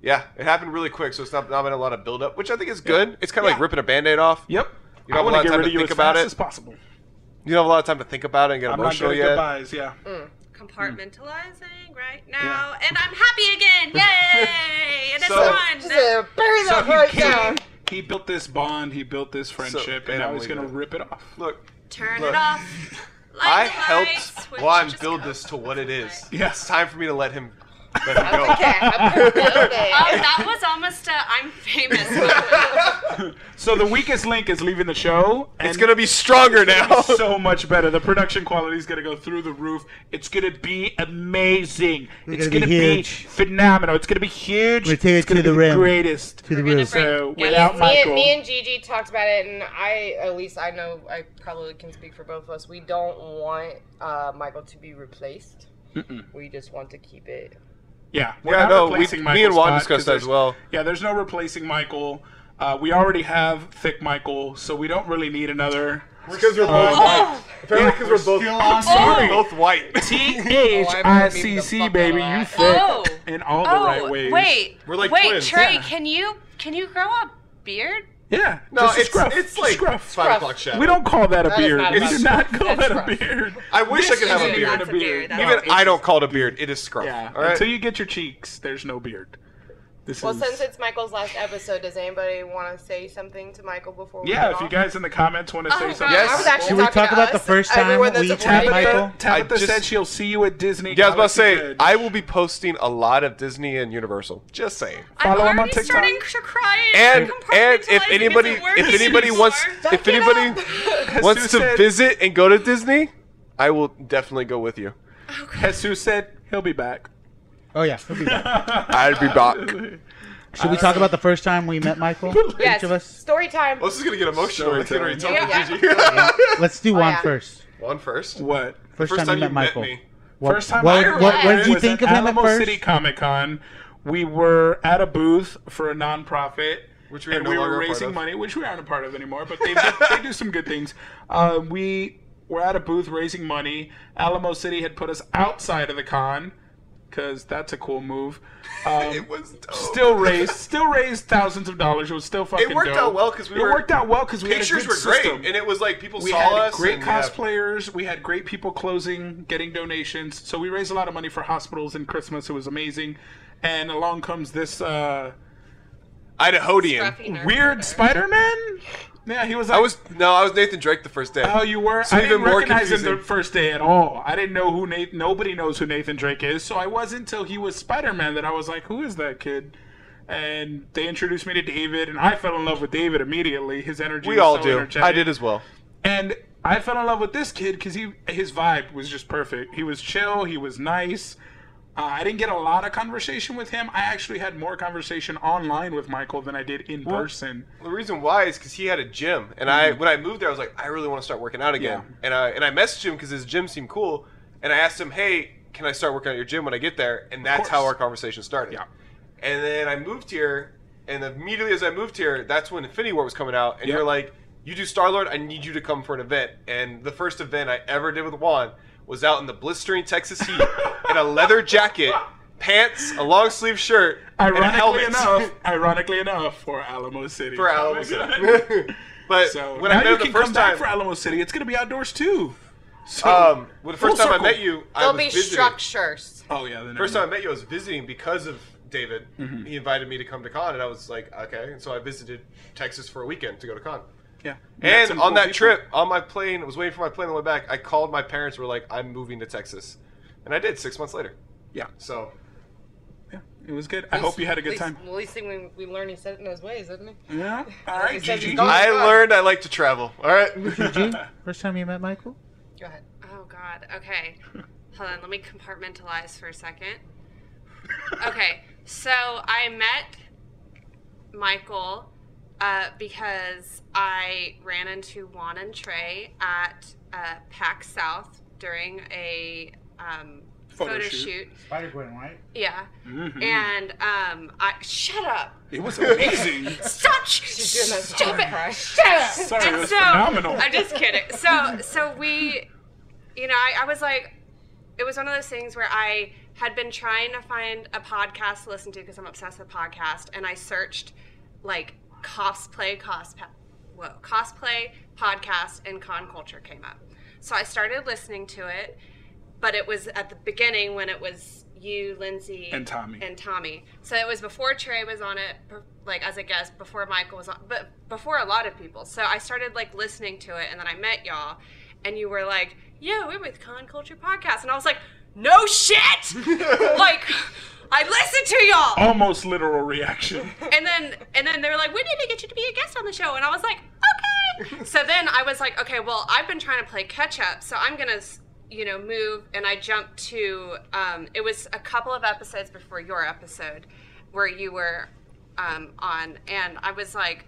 yeah, it happened really quick. So it's not not been a lot of build up, which I think is good. It's kind of like
Yeah.
ripping a band-aid off.
Yep.
You don't
I
have a
want
lot of
to get
time
rid
to
of you
think
as
about
fast
it.
as possible.
You don't have a lot of time to think about it and get
I'm not
emotional
good at
yet.
goodbyes. Yeah.
Compartmentalizing right now, and I'm happy again. Yay! And it's
So-
fun.
Just uh, bury
So
that
he,
right
came-
down.
he built this bond. He built this friendship, and
and
now
I'm
he's gonna
leaving.
rip it off.
Look,
Turn
Look.
it off. Light
I
the lights,
helped
switch-
Juan
just
build
go.
this to what it is. It's
Yes.
time for me to let him let him go.
Okay, I'm gonna build
Oh,
it.
that was almost a I'm famous. moment.
So the weakest link is leaving the show. And
It's gonna be stronger now.
it's so much better. The production quality is gonna go through the roof. It's gonna be amazing. it's
gonna
gonna
be
be,
huge.
phenomenal. It's gonna be huge.
We're gonna take
it's
it
gonna
to the
be
rim.
the greatest.
To
We're
the
gonna
roof.
break-
So
Yeah,
without
Me and,
Michael,
me and Gigi talked about it, and I, at least I know, I probably can speak for both of us. We don't want uh, Michael to be replaced. We just want to keep it.
yeah, we're
yeah,
not
no, we,
replacing
me
Michael's
and Juan
spot,
discussed
'cause
that as
there's-
well.
Yeah, there's no replacing Michael. Uh, we already have thick Michael, so we don't really need another.
Because we're both white. Apparently, because we're both.
Still on
We're both white.
T H I C C baby, you thick
Oh.
in all the
oh,
right ways.
wait.
We're like
wait,
twins.
Trey,
Yeah.
can you can you grow a beard?
Yeah.
No,
just a
it's
scruff.
it's
Just a
like
scruff.
Five o'clock shadow.
We don't call that a beard.
not a
We
beard.
do not call
That's
that a
rough.
beard.
I wish I could have a
is
beard.
not- That's a beard. That's
Even
It's
I don't call it a beard. It is scruff.
Yeah.
All right.
Until you get your cheeks, there's no beard. This
Well,
is.
since it's Michael's last episode, does anybody want to say something to Michael before we
yeah,
get
if you
off?
guys in the comments want to
Oh,
say
God.
something.
Yes.
I was actually
Should we
talking
talk
to
about the
us,
first time
everyone that's
we
avoided
tapped
it.
Michael?
Tabitha
I just-
said she'll see you at Disney.
Yeah, I was about to say
Galaxy's Edge.
I will be posting a lot of Disney and Universal. Just saying.
Follow him
I'm
on
already
TikTok.
starting to cry.
And and
compartmentalizing
if anybody
isn't working
if anybody
anymore.
wants if
it
anybody wants
Jesus
to
said-
visit and go to Disney, I will definitely go with you.
Jesus said he'll be back.
Oh yeah. he'll be back.
I'll be back.
Should we talk about the first time we met Michael?
Yes.
Each of us.
Story time.
Well, this is gonna get
Story
emotional. It's gonna be
time.
Yeah.
tough, Gigi.
Let's do one
yeah.
first.
One first.
What?
First,
First time
you
you
met Michael.
met me.
What,
First time
what,
I
what,
ever
what,
met
did you
was
think
at
of him at
Alamo
first?
City Comic Con. We were at a booth for a nonprofit,
Which we are
and
no
we
longer
were
a part
raising
of.
money, which we aren't a part of anymore. But they do, they do some good things. Uh, we were at a booth raising money. Alamo City had put us outside of the con because that's a cool move. Um,
It was dope.
still raised, still raised thousands of dollars. It was still fucking.
worked
dope.
out well 'cause we
it
were-
worked out well because we
Pictures
had a good
were great,
system.
and it was like people
We
saw
had
us.
great
and, yeah.
cosplayers. We had great people closing, getting donations. So we raised a lot of money for hospitals and Christmas. It was amazing. And along comes this uh,
Scruffy
Idahoan.
nerd.
weird Spider-Man. Yeah, he was. Like,
I was no, I was Nathan Drake the first day.
Oh, you were.
So
I didn't
even more
recognize him the
confusing.
first day at all. I didn't know who Nathan. Nobody knows who Nathan Drake is. So I was until he was Spider-Man that I was like, who is that kid? And they introduced me to David, and I fell in love with David immediately. His energy.
we
was
all
so
do. I
energetic.
did as well.
And I fell in love with this kid because he his vibe was just perfect. He was chill. He was nice. Uh, I didn't get a lot of conversation with him. I actually had more conversation online with Michael than I did in person.
The reason why is because he had a gym, and I when I moved there, I was like, I really want to start working out again.
Yeah.
And I and I messaged him because his gym seemed cool, and I asked him, Hey, can I start working out at your gym when I get there? And that's how
course.
our conversation started.
Yeah.
And then I moved here, and immediately as I moved here, that's when Infinity War was coming out, and
Yep.
you're like, You do Star Lord, I need you to come for an event. And the first event I ever did with Juan was out in the blistering Texas heat in a leather jacket, pants, a long sleeve shirt, and a
Ironically
helmet.
enough, ironically enough, for Alamo City.
for Alamo City. but
so
when
now
I met
you
him the
can
first
come
time,
back for Alamo City. It's going to be outdoors too. So,
um, well, the first
Full
time I
circle.
met you, I
There'll
was
be
visiting.
structures.
oh yeah, then
First time I met you, I was visiting because of David.
Mm-hmm.
He invited me to come to con, and I was like, okay. And so I visited Texas for a weekend to go to con.
Yeah. Met
And
some
on
cool
that
people.
trip, on my plane, I was waiting for my plane on the way back. I called my parents. Were like, I'm moving to Texas, and I did six months later.
yeah,
So
yeah, it was good. I hope you had a good
At least-
time.
At least thing we, we learned he said it in his ways, didn't he?
Yeah. All right,
said,
Gigi.
go-
I
God.
learned I like to travel. All right.
Gigi, first time you met Michael?
Go ahead.
Oh God. Okay. Hold on. Let me compartmentalize for a second. Okay. So I met Michael uh, because I ran into Juan and Trey at uh, Pack South during a um,
Photo
photo,
shoot.
shoot.
Spider Gwen, right?
Yeah. And um, I shut up.
It was amazing.
Stop.
She's doing that
Stop
song
it.
cry.
Sorry, it
And
was
so
phenomenal.
I'm just kidding. So so we, you know, I, I was like, it was one of those things where I had been trying to find a podcast to listen to because I'm obsessed with podcasts, and I searched like cosplay cosplay whoa cosplay podcast and con culture came up. So I started listening to it, but it was at the beginning when it was you, Lindsay,
And Tommy.
and Tommy. So it was before Trey was on it, per- like as a guest, before Michael was on, but before a lot of people. So I started like listening to it, and then I met y'all, and you were like, "Yo, we're with Con Culture Podcast," and I was like, "No shit!" like I listened to y'all,
Almost literal reaction.
and then and then they were like, "We need to get you to be a guest on the show," and I was like, "Okay." so then I was like, "Okay, well, I've been trying to play catch up, so I'm gonna." s- You know, move, and I jumped to. Um, it was a couple of episodes before your episode, where you were um, on, and I was like,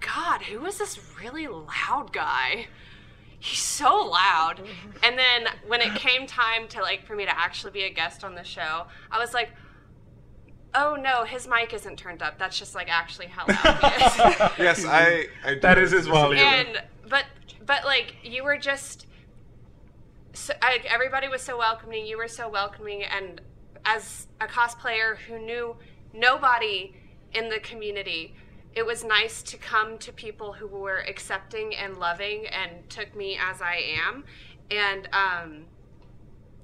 "God, who is this really loud guy? He's so loud." And then when it came time to like for me to actually be a guest on the show, I was like, Oh no, his mic isn't turned up. That's just like actually how loud he is.
Yes, I. I do
That is his volume.
and but but like you were just so I, everybody was so welcoming. You were so welcoming, and as a cosplayer who knew nobody in the community, it was nice to come to people who were accepting and loving and took me as I am, and um,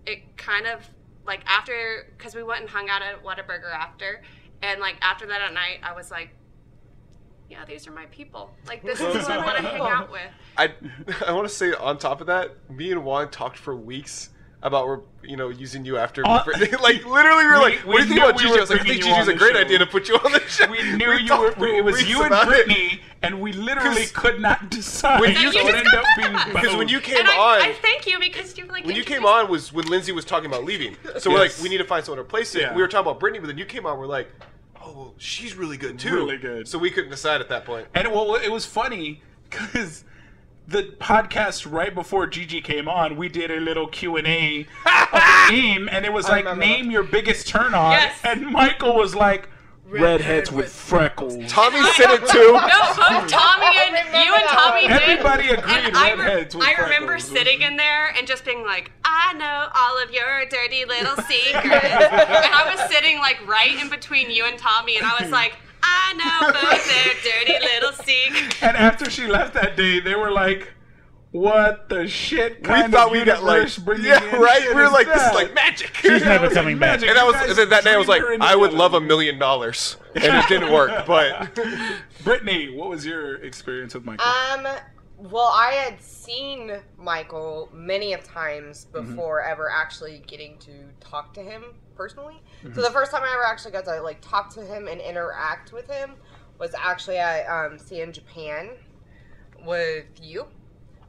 it kind of like after because we went and hung out at Whataburger after, and like after that at night, I was like, yeah, these are my people. Like this is who I want to hang out with.
I, I want to say on top of that, me and Juan talked for weeks about you know using you after
Uh,
for- like literally we were
we-
like,
we
what do you think
knew
about
we
Gigi?
were
I was like, I
bringing
think
you
Gigi's
on
a
the
great
show.
idea to put you on the show.
We knew you were.
talked for
It was
weeks
you and
about it.
Brittany, and we literally
'Cause-
could not decide.
When
who
you-
would
You just
end
got
up
both of
being
us.
Because when
both.
you came
and
on,
I, I thank you because you like
when you came
introduced-
on was when Lindsay was talking about leaving. So we're
Yes.
like, we need to find someone to replace it.
Yeah.
We were talking about Brittany, but then you came on. We're like, oh, well, she's really good too.
Really good.
So we couldn't decide at that point.
And well, it was funny because the podcast right before Gigi came on, we did a little Q and A game, and it was like
remember
name your biggest turn on,
Yes.
and Michael was like redheads with freckles.
Tommy said it too.
No, both Tommy and you and Tommy did.
Everybody agreed
And I, re-
redheads with
I remember
freckles.
sitting in there and just being like, I know all of your dirty little secrets. and I was sitting like right in between you and Tommy, and I was like, I know both their dirty little secrets.
And after she left that day, they were like. What the shit kind
We thought
of
we got like,
universe bringing
yeah,
in
right.
shit
We were
is
like, this
that?
is like magic.
She's never coming back.
magic.
And I was
You guys
and that day I was like,
dreamer in
I would
reality.
love a million dollars, and it didn't work. But
Brittany, what was your experience with Michael?
Um, well, I had seen Michael many of times
Mm-hmm.
before ever actually getting to talk to him personally.
Mm-hmm.
So the first time I ever actually got to like talk to him and interact with him was actually at um, CN Japan with you.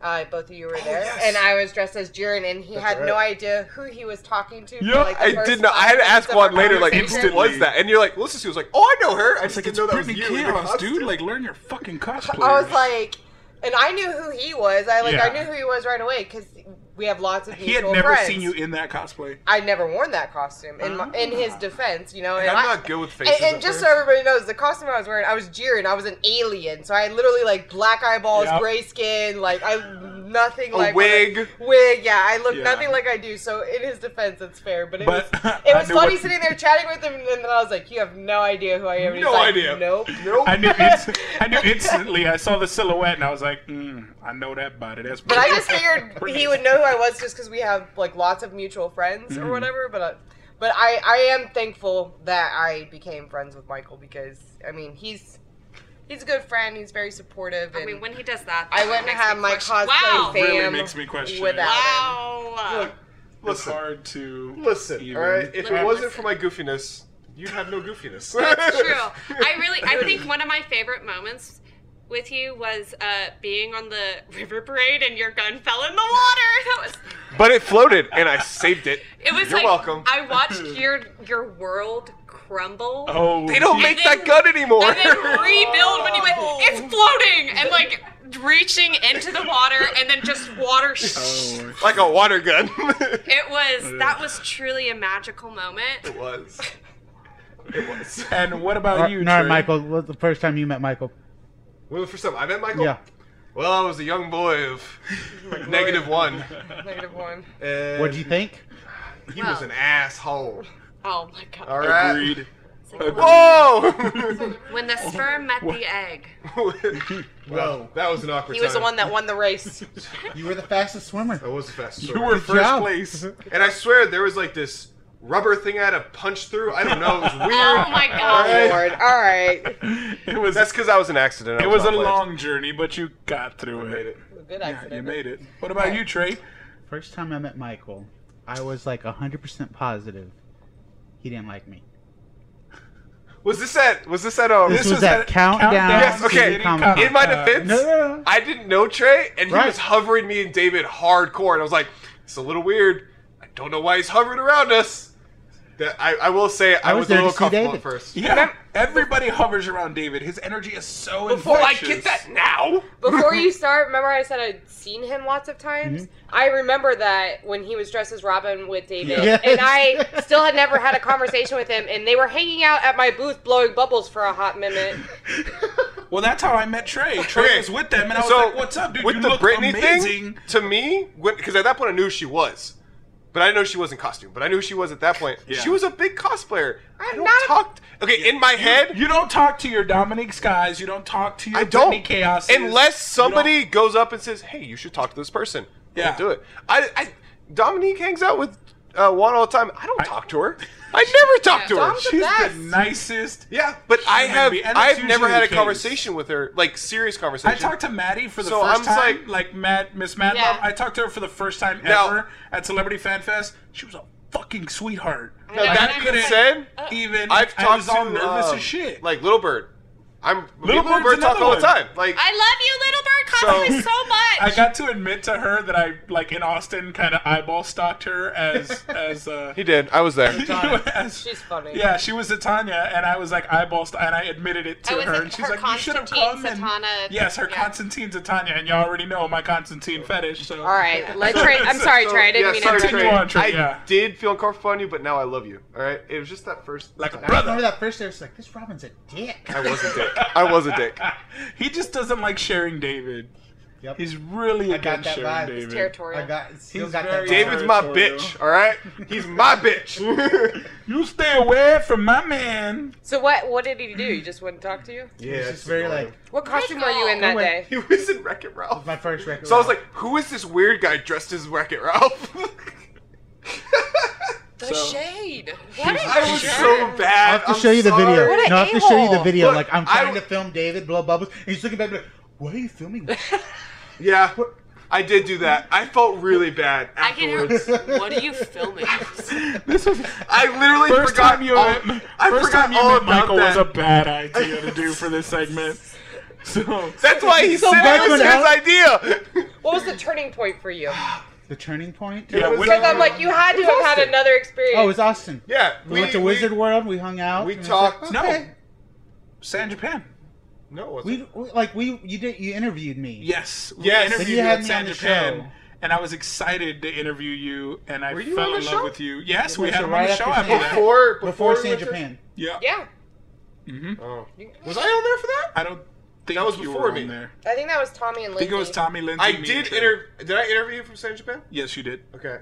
Uh, both of you were there,
Oh, yes.
and I was dressed as Jiren, and he had no idea who he was talking to. for,
Yeah,
like, the
I
first
did not. I
five
had to
minutes
ask
of our
Juan later, like,
conversation.
who was that? And you're like, listen, she was like, oh, I know her. I
It's
just
like
didn't
it's
know that was
Brittany
you. in the
Chaos,
costume.
dude. Like, learn your fucking cosplay.
I was like, and I knew who he was. I like I
Yeah.
knew who he was right away because we have lots of
he had
mutual
never
friends.
seen you in that cosplay.
I never worn that costume in my, in his defense, you know. And,
I'm
I-
not good with
and-
faces.
And,
at
just so
first.
everybody knows, the costume I was wearing, I was Jiren. I was an alien, so I had literally like black eyeballs,
Yep.
gray skin, like I nothing
A
like what
wig.
I- wig, yeah, I look
Yeah.
nothing like I do. So in his defense, it's fair. But it
But
was
I
it was
knew what
funny
you-
sitting there chatting with him, and then I was like, "You have no idea who I am." And he's
No
like,
idea.
Nope.
Nope.
I knew, inst- I knew instantly. I saw the silhouette and I was like, mm, I know that body. That's
But I
Brittany.
just figured he would know who I was just because we have like lots of mutual friends
Mm-hmm.
or whatever. But uh, but I I am thankful that I became friends with Michael because I mean he's he's a good friend. He's very supportive. And
I mean, when he does that,
I
that
wouldn't
makes
have
me
my
question-
cosplay
wow.
fam
Really makes me question it.
without him.
Wow.
It's
Listen.
hard to.
Listen,
Even.
all right.
If
Listen.
it wasn't for my goofiness, you'd have no goofiness.
That's true. I really, I think one of my favorite moments with you was uh, being on the river parade and your gun fell in the water. That was.
But it floated, and I saved it.
It was
You're
like
welcome.
I watched your your world crumble.
Oh,
They don't
he-
make that gun anymore.
And then rebuild when you went, it's floating! And like reaching into the water and then just water. sh
Oh,
like a water gun.
It was, that was truly a magical moment.
it was. It was.
and what about
All
you?
right,
Trey?
Michael, what was the first time you met Michael?
When was the first time I met Michael?
Yeah.
Well, I was a young boy of negative one.
Negative one.
And
What do you think?
He was
Well.
an asshole.
Oh my god.
All right.
Agreed.
It's like,
Whoa!
When the sperm met the egg.
well, that was an awkward
He was the
time.
one that won the race.
You were the fastest swimmer.
That was the fast.
You
story.
were first
job.
place.
And I swear there was like this rubber thing I had to punch through. I don't know. It was weird.
Oh my
Oh,
god.
Lord. All right.
It was
That's because I was an accident. I
it was a
not planned.
long journey, but you got through
Made
it.
it.
Good
Yeah, you
accident.
made it. What about you, Trey?
First time I met Michael, I was like 100% positive he didn't like me.
Was this at? Was this at? Um,
This,
This
was,
was
at
at
Countdown.
Countdown
Yes,
to
okay.
the Comic-Con.
It
In my
Uh,
defense,
no, no, no.
I didn't know Trey, and he
Right.
was hovering me and David hardcore, and I was like, "It's a little weird. I don't know why he's hovering around us." That I, I will say, I,
was
was, a
there to
little
see
comfortable
David.
at first.
Yeah, everybody hovers around David. His energy is so
Before I
infectious.
get that now,
Before you start, remember I said I'd seen him lots of times?
Mm-hmm.
I remember that when he was dressed as Robin with David.
Yeah. Yes.
And I still had never had a conversation with him, and they were hanging out at my booth blowing bubbles for a hot minute.
Well, that's how I met Trey. Trey
Okay.
was with them, and I was
so
like, "What's up, dude?
with
you
the
look
Britney
amazing."
thing, to me, because at that point I knew she was, but I didn't know she was in costume. But I knew she was at that point.
Yeah.
She was a big cosplayer. I don't
not-
talk. Okay, in my head,
You don't talk to your Dominic Skies. You don't talk to your
I don't.
Britney Chaos.
Unless somebody goes up and says, "Hey, you should talk to this person." I don't
Yeah.
do it. I, I Dominique hangs out with uh, Juan all the time. I don't talk to her. I never talk to her.
Dom's
she's the
best.
nicest.
yeah, but I
human
have.
being. And it's
I've never
usually
had a
the case.
conversation with her, like serious
I
conversation.
talked to Maddie for the
So
1st
I'm just
time,
like-
like, Matt, Miss Madlove.
Yeah.
I talked to her for the first time
Now-
ever at Celebrity Fan Fest. She was a fucking sweetheart.
know,
Like,
that
I
being
couldn't
said,
uh,
even
I've talked
I was all
to
nervous
um,
as shit.
Like Little Bird, I'm
Little
Little,
Bird's
Bird talk
another
all the
one.
time. Like
I love you, little bird. Compliment
So-
so, much.
I got to admit to her that I like in Austin kind of eyeball stalked her as as uh,
he did. I was there.
as
She's funny.
Yeah, she was a Tanya, and I was like eyeball st- and I admitted it to
Oh,
I was
her,
like,
and she's
her
like, "You should have
Constantine
come." And,
Satana-
yes, her
yeah.
Constantine Zatanna, and y'all already know my Constantine fetish. So
All right. Let Trey, I'm sorry, Trey. I didn't
yeah,
mean to
sorry,
interrupt.
Continue
Trey.
on, Trey,
I
yeah.
did feel uncomfortable on you, but now I love you. All right, it was just that first
like a
I remember
brother,
that first day. I was like, this Robin's a dick.
I was a dick. I was a dick.
he just doesn't like sharing David.
Yep.
He's really
I got
against
that
sharing
vibe. It's
David.
Territorial.
I got, still
He's
got
very-
that.
David's
vibe.
my
Territorial.
bitch, all right? He's my bitch.
You stay away from my man.
So what what did he do? He just wouldn't talk to you?
yeah,
It's just very like
What costume were you in that
Michael.
day?
He was in Wreck It Ralph.
my first record.
So I was like, who is this weird guy dressed as Wreck It Ralph?
The
So-
shade. What
I was so
I
bad.
have to
I'm
show you the video.
sorry.
What a
No, I have to show you the
a-hole.
video.
Look,
like I'm
I-
trying to film David blow bubbles, and he's looking back like, "What are you filming?"
Yeah, I did do that. I felt really bad
I can hear.
afterwards.
What are you filming?
This was
I literally
first
forgot
time you
all,
met,
I
first
forgot
time you
all
met
about
Michael
that.
was a bad idea to do for this segment. So
That's why he said
back
it was
when
his
I-
idea.
What was the turning point for you?
the turning point.
yeah,
was
when-
Because I'm like, you had to have had another experience.
Oh, it was Austin.
Yeah,
We, went to Wizard World. We hung out.
We
and it was
talked-
no,
okay.
San Japan.
No, it wasn't.
We, we like we you did you interviewed me.
Yes. We
Yes.
interviewed
When
you
you
had
at
me
San
on the
Japan,
show.
and I was excited to interview you, and I
Were you
fell
on
in
the
love
show?
with you. Yes, we
We went
had
to
him on
right
the
after
show after
San-
that.
before
before,
before we
San
went to-
Japan.
Yeah. Mm-hmm.
Yeah.
Oh. Was I on there for that?
I don't think
That was
you
before
were
me.
on there.
I think that was Tommy and
I
Lindsay.
think it was Tommy Lindsay.
I
me, and
did
Trey.
inter. Did I interview you from San Japan?
Yes, you did.
Okay.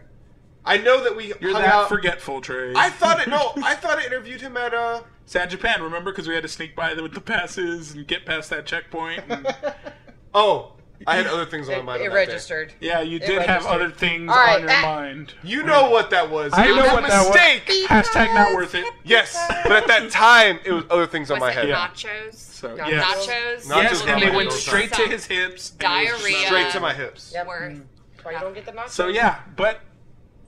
I know that we
You're
hung
that
out.
forgetful, Trey.
I thought it. No, I thought I interviewed him at uh.
San Japan, remember? Because we had to sneak by with the passes and get past that checkpoint. and-
Oh, I had other things on my
It,
mind. on
it
that day.
registered.
yeah, you did have
registered.
other things
All right, eh.
on your
that-
mind.
You know what that was.
I
It
know
was a
what that was.
mistake.
Hashtag not worth it.
Yes, but at that time it was other things on
Was
my
it
head.
Yeah.
nachos?
So,
Not
yeah.
Nachos.
Nachos
Yes,
were
and they
on
went
my
straight to
side.
his hips. and it was
Diarrhea.
Straight to my hips.
Yep.
Were-
Mm.
That's Why you don't get the nachos?
So yeah, but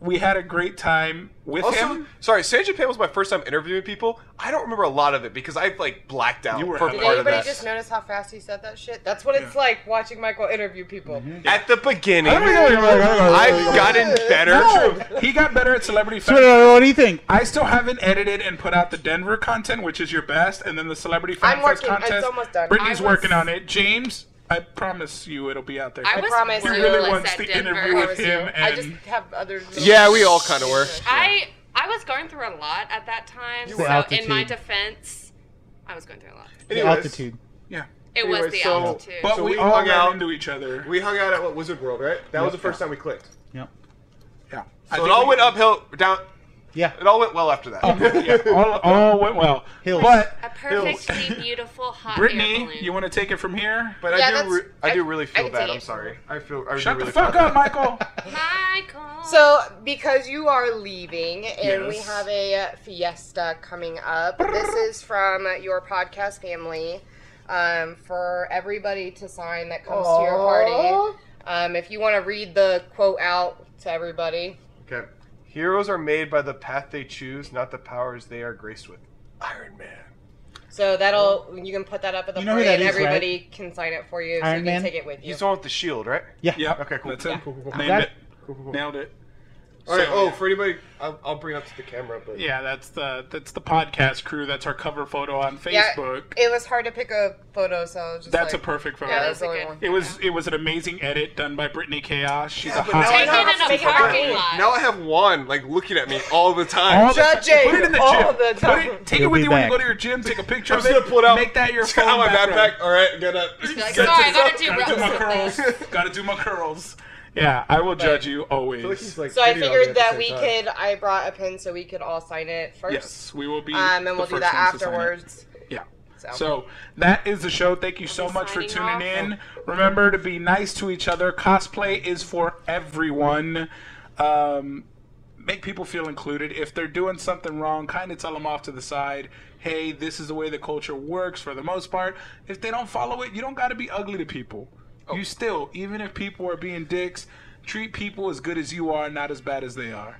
we had a great time with
Also,
him.
sorry, San Japan was my first time interviewing people. I don't remember a lot of it because I like blacked out
You were
for
having-
Did
part of
anybody
that.
just notice how fast he said that shit? That's what it's
Yeah.
like watching Michael interview people.
At the beginning,
I've
I've gotten better.
He got better at celebrity.
So,
Fan.
what do you think?
I still haven't edited and put out the Denver content, which is your best, and then the celebrity fan
I'm
Fest
working. It's
contest.
almost done.
Brittany's
I was-
working on it. James, I promise you, it'll be out there.
I was
promise
really
you,
really
like
wants
at
the
Denver.
interview with
Promise you.
him,
I just
and
have other.
Yeah, we all kinda were.
I I was going through a lot at that time.
were.
so in my
Altitude.
defense, I was going through a lot.
The
Anyways,
altitude.
yeah,
It was
Anyway,
the
so-
altitude.
But
So
we,
we
all
hung
ran
out.
into each other.
We hung out at what Wizard World, right? That was the first time we clicked.
Yep.
yeah. I
So it
think
all
we-
went uphill, down.
Yeah.
It all went well after that.
yeah, all, all went well.
Hills.
But
a perfectly beautiful hot air
Brittany,
balloon.
you want to take it from here?
But
Yeah,
I
that's-
do, re- I,
I-
do really
I
feel
can
bad.
see
I'm
it.
sorry. I feel. I
Shut
do
the
really
fuck
feel
up,
bad.
Michael.
Michael.
So, because you are leaving and we
Yes.
have a fiesta coming up, this is from your podcast family um, for everybody to sign that comes to your party. Um, if you want to read the quote out to everybody,
Okay. Heroes are made by the path they choose, not the powers they are graced with. Iron Man.
so that'll you can put that up at the
You know who
party
that
and
is,
everybody can sign it for you so
Iron
you
Man?
can take it with you.
He's the one with the shield, right?
Yeah.
Yep.
Okay, cool.
That's it.
Cool, cool, cool.
Nailed
Got
it.
Cool, cool, cool.
Nailed it.
All right.
So-
Oh, for anybody, I'll, I'll bring it up to the camera, but
Yeah, that's the that's the podcast crew. That's our cover photo on
yeah,
Facebook.
it was hard to pick a photo, so I was just
that's
like,
a perfect photo.
Yeah, that was
that
a
was the
good
only
it was it was an amazing edit done by Brittany Chaos. She's a
but
hot.
now I know
Take it
how to
in a
make it happen.
parking lot.
now I have Juan like looking at me all the time.
All the-
Judging
Put it in the
all
gym.
the
Put
time.
it, take it
He'll
with
be
you when you
back.
go to your gym. Take a picture
I'm
of
just gonna
it.
pull it out.
Make that your
It's out
phone
of my
background.
backpack. All right, get up.
Be like, sorry, I gotta do
Gotta do my curls.
something.
Gotta do my curls. Yeah, I will judge you always.
So I figured that we could. I brought a pin so we could all sign it first.
Yes, we will be.
Um,
the
and we'll do
first
that
ones to sign it.
afterwards.
Yeah.
So.
So that is the show. Thank you so
be
much for tuning
signing
in. Remember to be nice to each other. Cosplay is for everyone. Um, make people feel included. If they're doing something wrong, kind of tell them off to the side. Hey, this is the way the culture works for the most part. If they don't follow it, you don't got to be ugly to people.
Oh.
You still, even if people are being dicks, treat people as good as you are, not as bad as they are.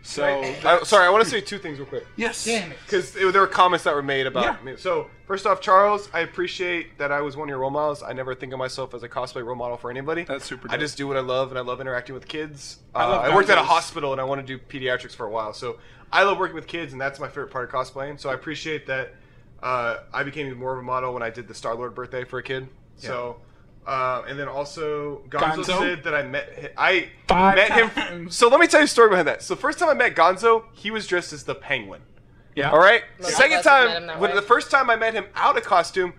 So,
I, sorry, I want to say two things real quick.
yes.
Damn it.
because there were comments that were made about
Yeah.
me. So first off, Charles, I appreciate that I was one of your role models. I never think of myself as a cosplay role model for anybody.
That's super
I
dope.
just do what I love, and I love interacting with kids. Uh,
I
I,
love
worked at a
gongos.
hospital, and I want to do pediatrics for a while. So I love working with kids, and that's my favorite part of cosplaying. So I appreciate that. Uh, I became even more of a model when I did the Star Lord birthday for a kid. So. Uh, and then also, Gonzo,
Gonzo?
said that I met hi- I
Five
met him.
times.
So let me tell you a story behind that. So the first time I met Gonzo, he was dressed as the Penguin.
Yeah.
All right.
Most of
Second
us have met him
time,
that
when
way.
the first time I met him out of costume,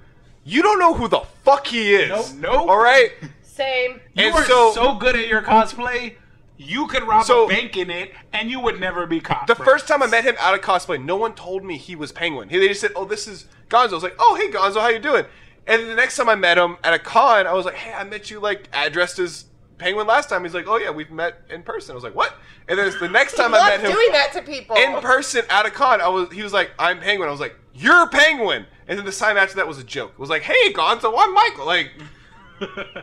you don't know who the fuck he is.
Nope. Nope.
All right.
Same.
You
And
are so,
so-
good at your cosplay, you could rob
So-
a bank in it, and you would never be caught.
The
bro.
first time I met him out of cosplay, no one told me he was Penguin. They just said, "Oh, this is Gonzo." I was like, "Oh, hey Gonzo, how you doing?" And then the next time I met him at a con, I was like, "Hey, I met you like addressed as Penguin last time." He's like, "Oh yeah, we've met in person." I was like, "What?" And then the next time I met him
Love doing that to people.
in person at a con, I was he was like, I'm Penguin. I was like, You're Penguin. And then the time after that was a joke. It was like, Hey Gonzo, I'm Michael. Like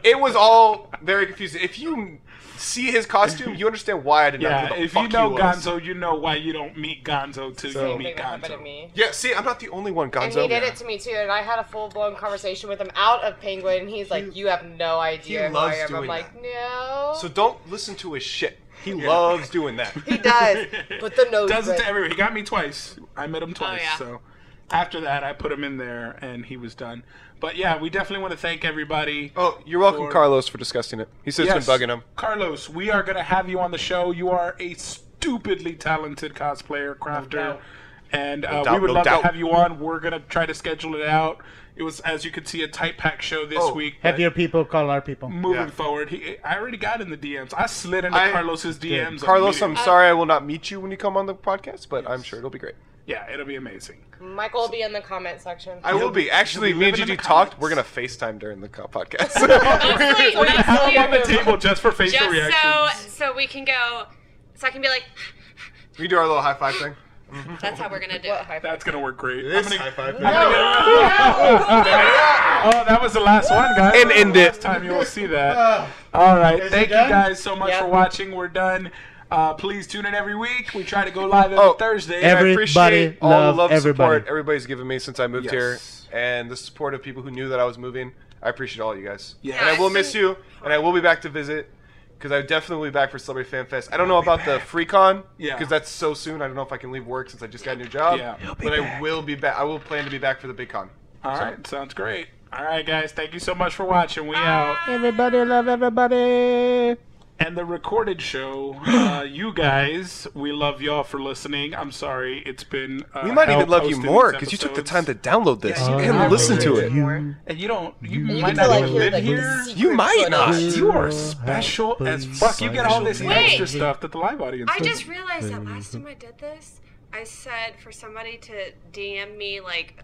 it was all very confusing. If you see his costume, you understand why I did not know
yeah,
who the
if
fuck
you know
he was.
Gonzo, you know why you don't meet Gonzo till you
Same thing
meet
that happened to
Gonzo.
me.
Yeah, see, I'm not the only one,
And
Gonzo.
he did it to me too, and I had a full blown conversation with him out of Penguin, and he's like, "You have no idea who I
loves
am." I'm
doing
like,
that.
"No."
So don't listen to his shit. He loves doing that.
he does, but the nose
Does it
ring.
to everyone. He got me twice. I met him twice.
yeah.
So after that, I put him in there, and he was done. But yeah, we definitely want to thank everybody.
Oh, you're welcome,
Or-
Carlos, for discussing it. He says it's
Yes.
been bugging him.
Carlos, we are going to have you on the show. You are a stupidly talented cosplayer, crafter.
doubt.
and uh, we
doubt,
would
no
love
doubt.
to have you on. We're going to try to schedule it out. It was, as you can see, a tight pack show this
Oh,
week.
Have
but
your people call our people.
Moving
Yeah.
forward, he, I already got in the DMs. I slid into
I-
Carlos's DMs.
Carlos, um, I'm
immediately.
sorry I will not meet you when you come on the podcast, but I'm sure it'll be great.
yeah, it'll be amazing.
Michael will be in the comment section.
I will be. Actually,
be
me and
living in
Gigi
the comments.
talked. We're gonna FaceTime during the co- podcast.
Honestly, that's
Have
the-
him on the table just for facial
just
reactions.
so so we can go. So I can be like,
we do our little high five thing.
that's how we're gonna do
What
it.
high five?
That's gonna work great. I'm
This
gonna-
high five.
Oh, that was the last one, guys.
And end it.
Last time you will see that. All right. Thank you
done?
guys so much
Yep.
for watching. We're done. Uh, please tune in every week. We try to go live every
Oh,
Thursday.
I
every-
appreciate
Everybody
all the
love
love and support
everybody.
everybody's given me since I moved
Yes.
here, and the support of people who knew that I was moving. I appreciate all you guys.
Yes.
And I will
Yes.
miss you, and I will be back to visit, because I definitely will be back for Celebrity Fan Fest. I don't know about the FreeCon,
Yeah.
because that's so soon. I don't know if I can leave work since I just got a new job.
Yeah. He'll
But I will be back. I will plan to be back for the big con.
All right. Sounds great. All right, guys. Thank you so much for watching. We out.
Everybody love everybody.
and the recorded show. Uh, you guys, we love y'all for listening. I'm sorry it's been. Uh,
We might
hell
even love you
posting
more
these
because you took the
episodes.
time to download this
Yeah, you
and
did.
listen to it.
You-
And you don't. You,
You
might
can
not
tell, like,
even
hear,
live
like, the
here.
secret
You might
footage.
not.
You are special as fuck. You get all this
Wait.
extra stuff that the live audience.
I
doesn't.
just realized that last time I did this, I said for somebody to DM me like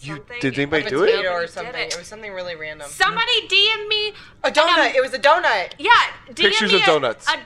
something.
did anybody
and
do it?
Potato
nobody
or
did
something. It was something really random.
Somebody DM me
A donut. It was a donut.
Yeah, DM
Pictures
me
of
a-
donuts.
A,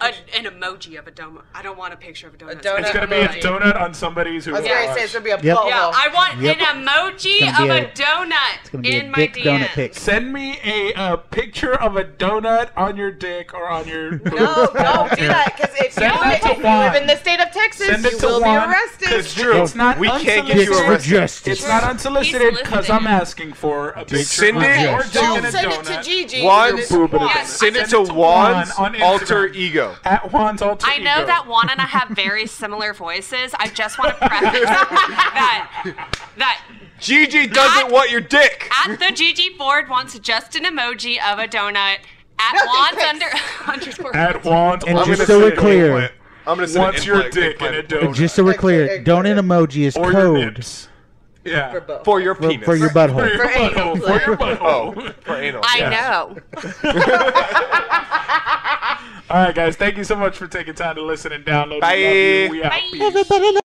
a, an emoji of a donut. I don't want a picture of a donut.
donut.
It's gonna be a
emoji.
donut on somebody's who.
I was
will
gonna say
watch.
it's gonna be a
Yep.
blow.
Yeah, I want
Yep.
an emoji
It's gonna
of
be
a,
a-
donut
be a
in my
dick donut
DMs.
pic.
Send me a uh, picture of a donut on your dick or on your.
no, don't do that because if you,
Send
do
it
it,
to
if you live
Juan.
in the state of Texas,
Send it
you
to
will
Juan,
be arrested.
It's true. It's not
We can't get
Dicks
you
for
arrested.
justice.
It's not unsolicited because I'm asking for a picture.
Send
of
it-
your
Don't
dick and
Don't
a
send it to
donut.
Gigi.
Juan
Send it to
Boob and a
Juan.
donut.
Yes.
Send it to
Send it to Juan
Juan's
on Instagram.
alter ego.
At Juan's alter
I know
ego.
that Juan and I have very similar voices. I just want to preface that that
Gigi doesn't
Not-
want your dick.
at the Gigi board wants just an emoji of a donut. At
Nothing
Juan's
fixed.
under underscore.
At Juan's
And
alter
just
gonna
so
send
we're
an
clear.
implant. I'm gonna send an
Wants your
implant
dick and a
implant
donut.
Just so we're clear,
Egg-
donut emoji is
or your
code
nips. Yeah.
For both.
for your
for,
penis.
for your
For
butthole.
your butthole.
anal
For your
oh,
butthole.
for anal.
I
yeah.
know.
All right, guys. Thank you so much for taking time to listen and download. We
Bye.
love you. We out.
Bye.
Peace.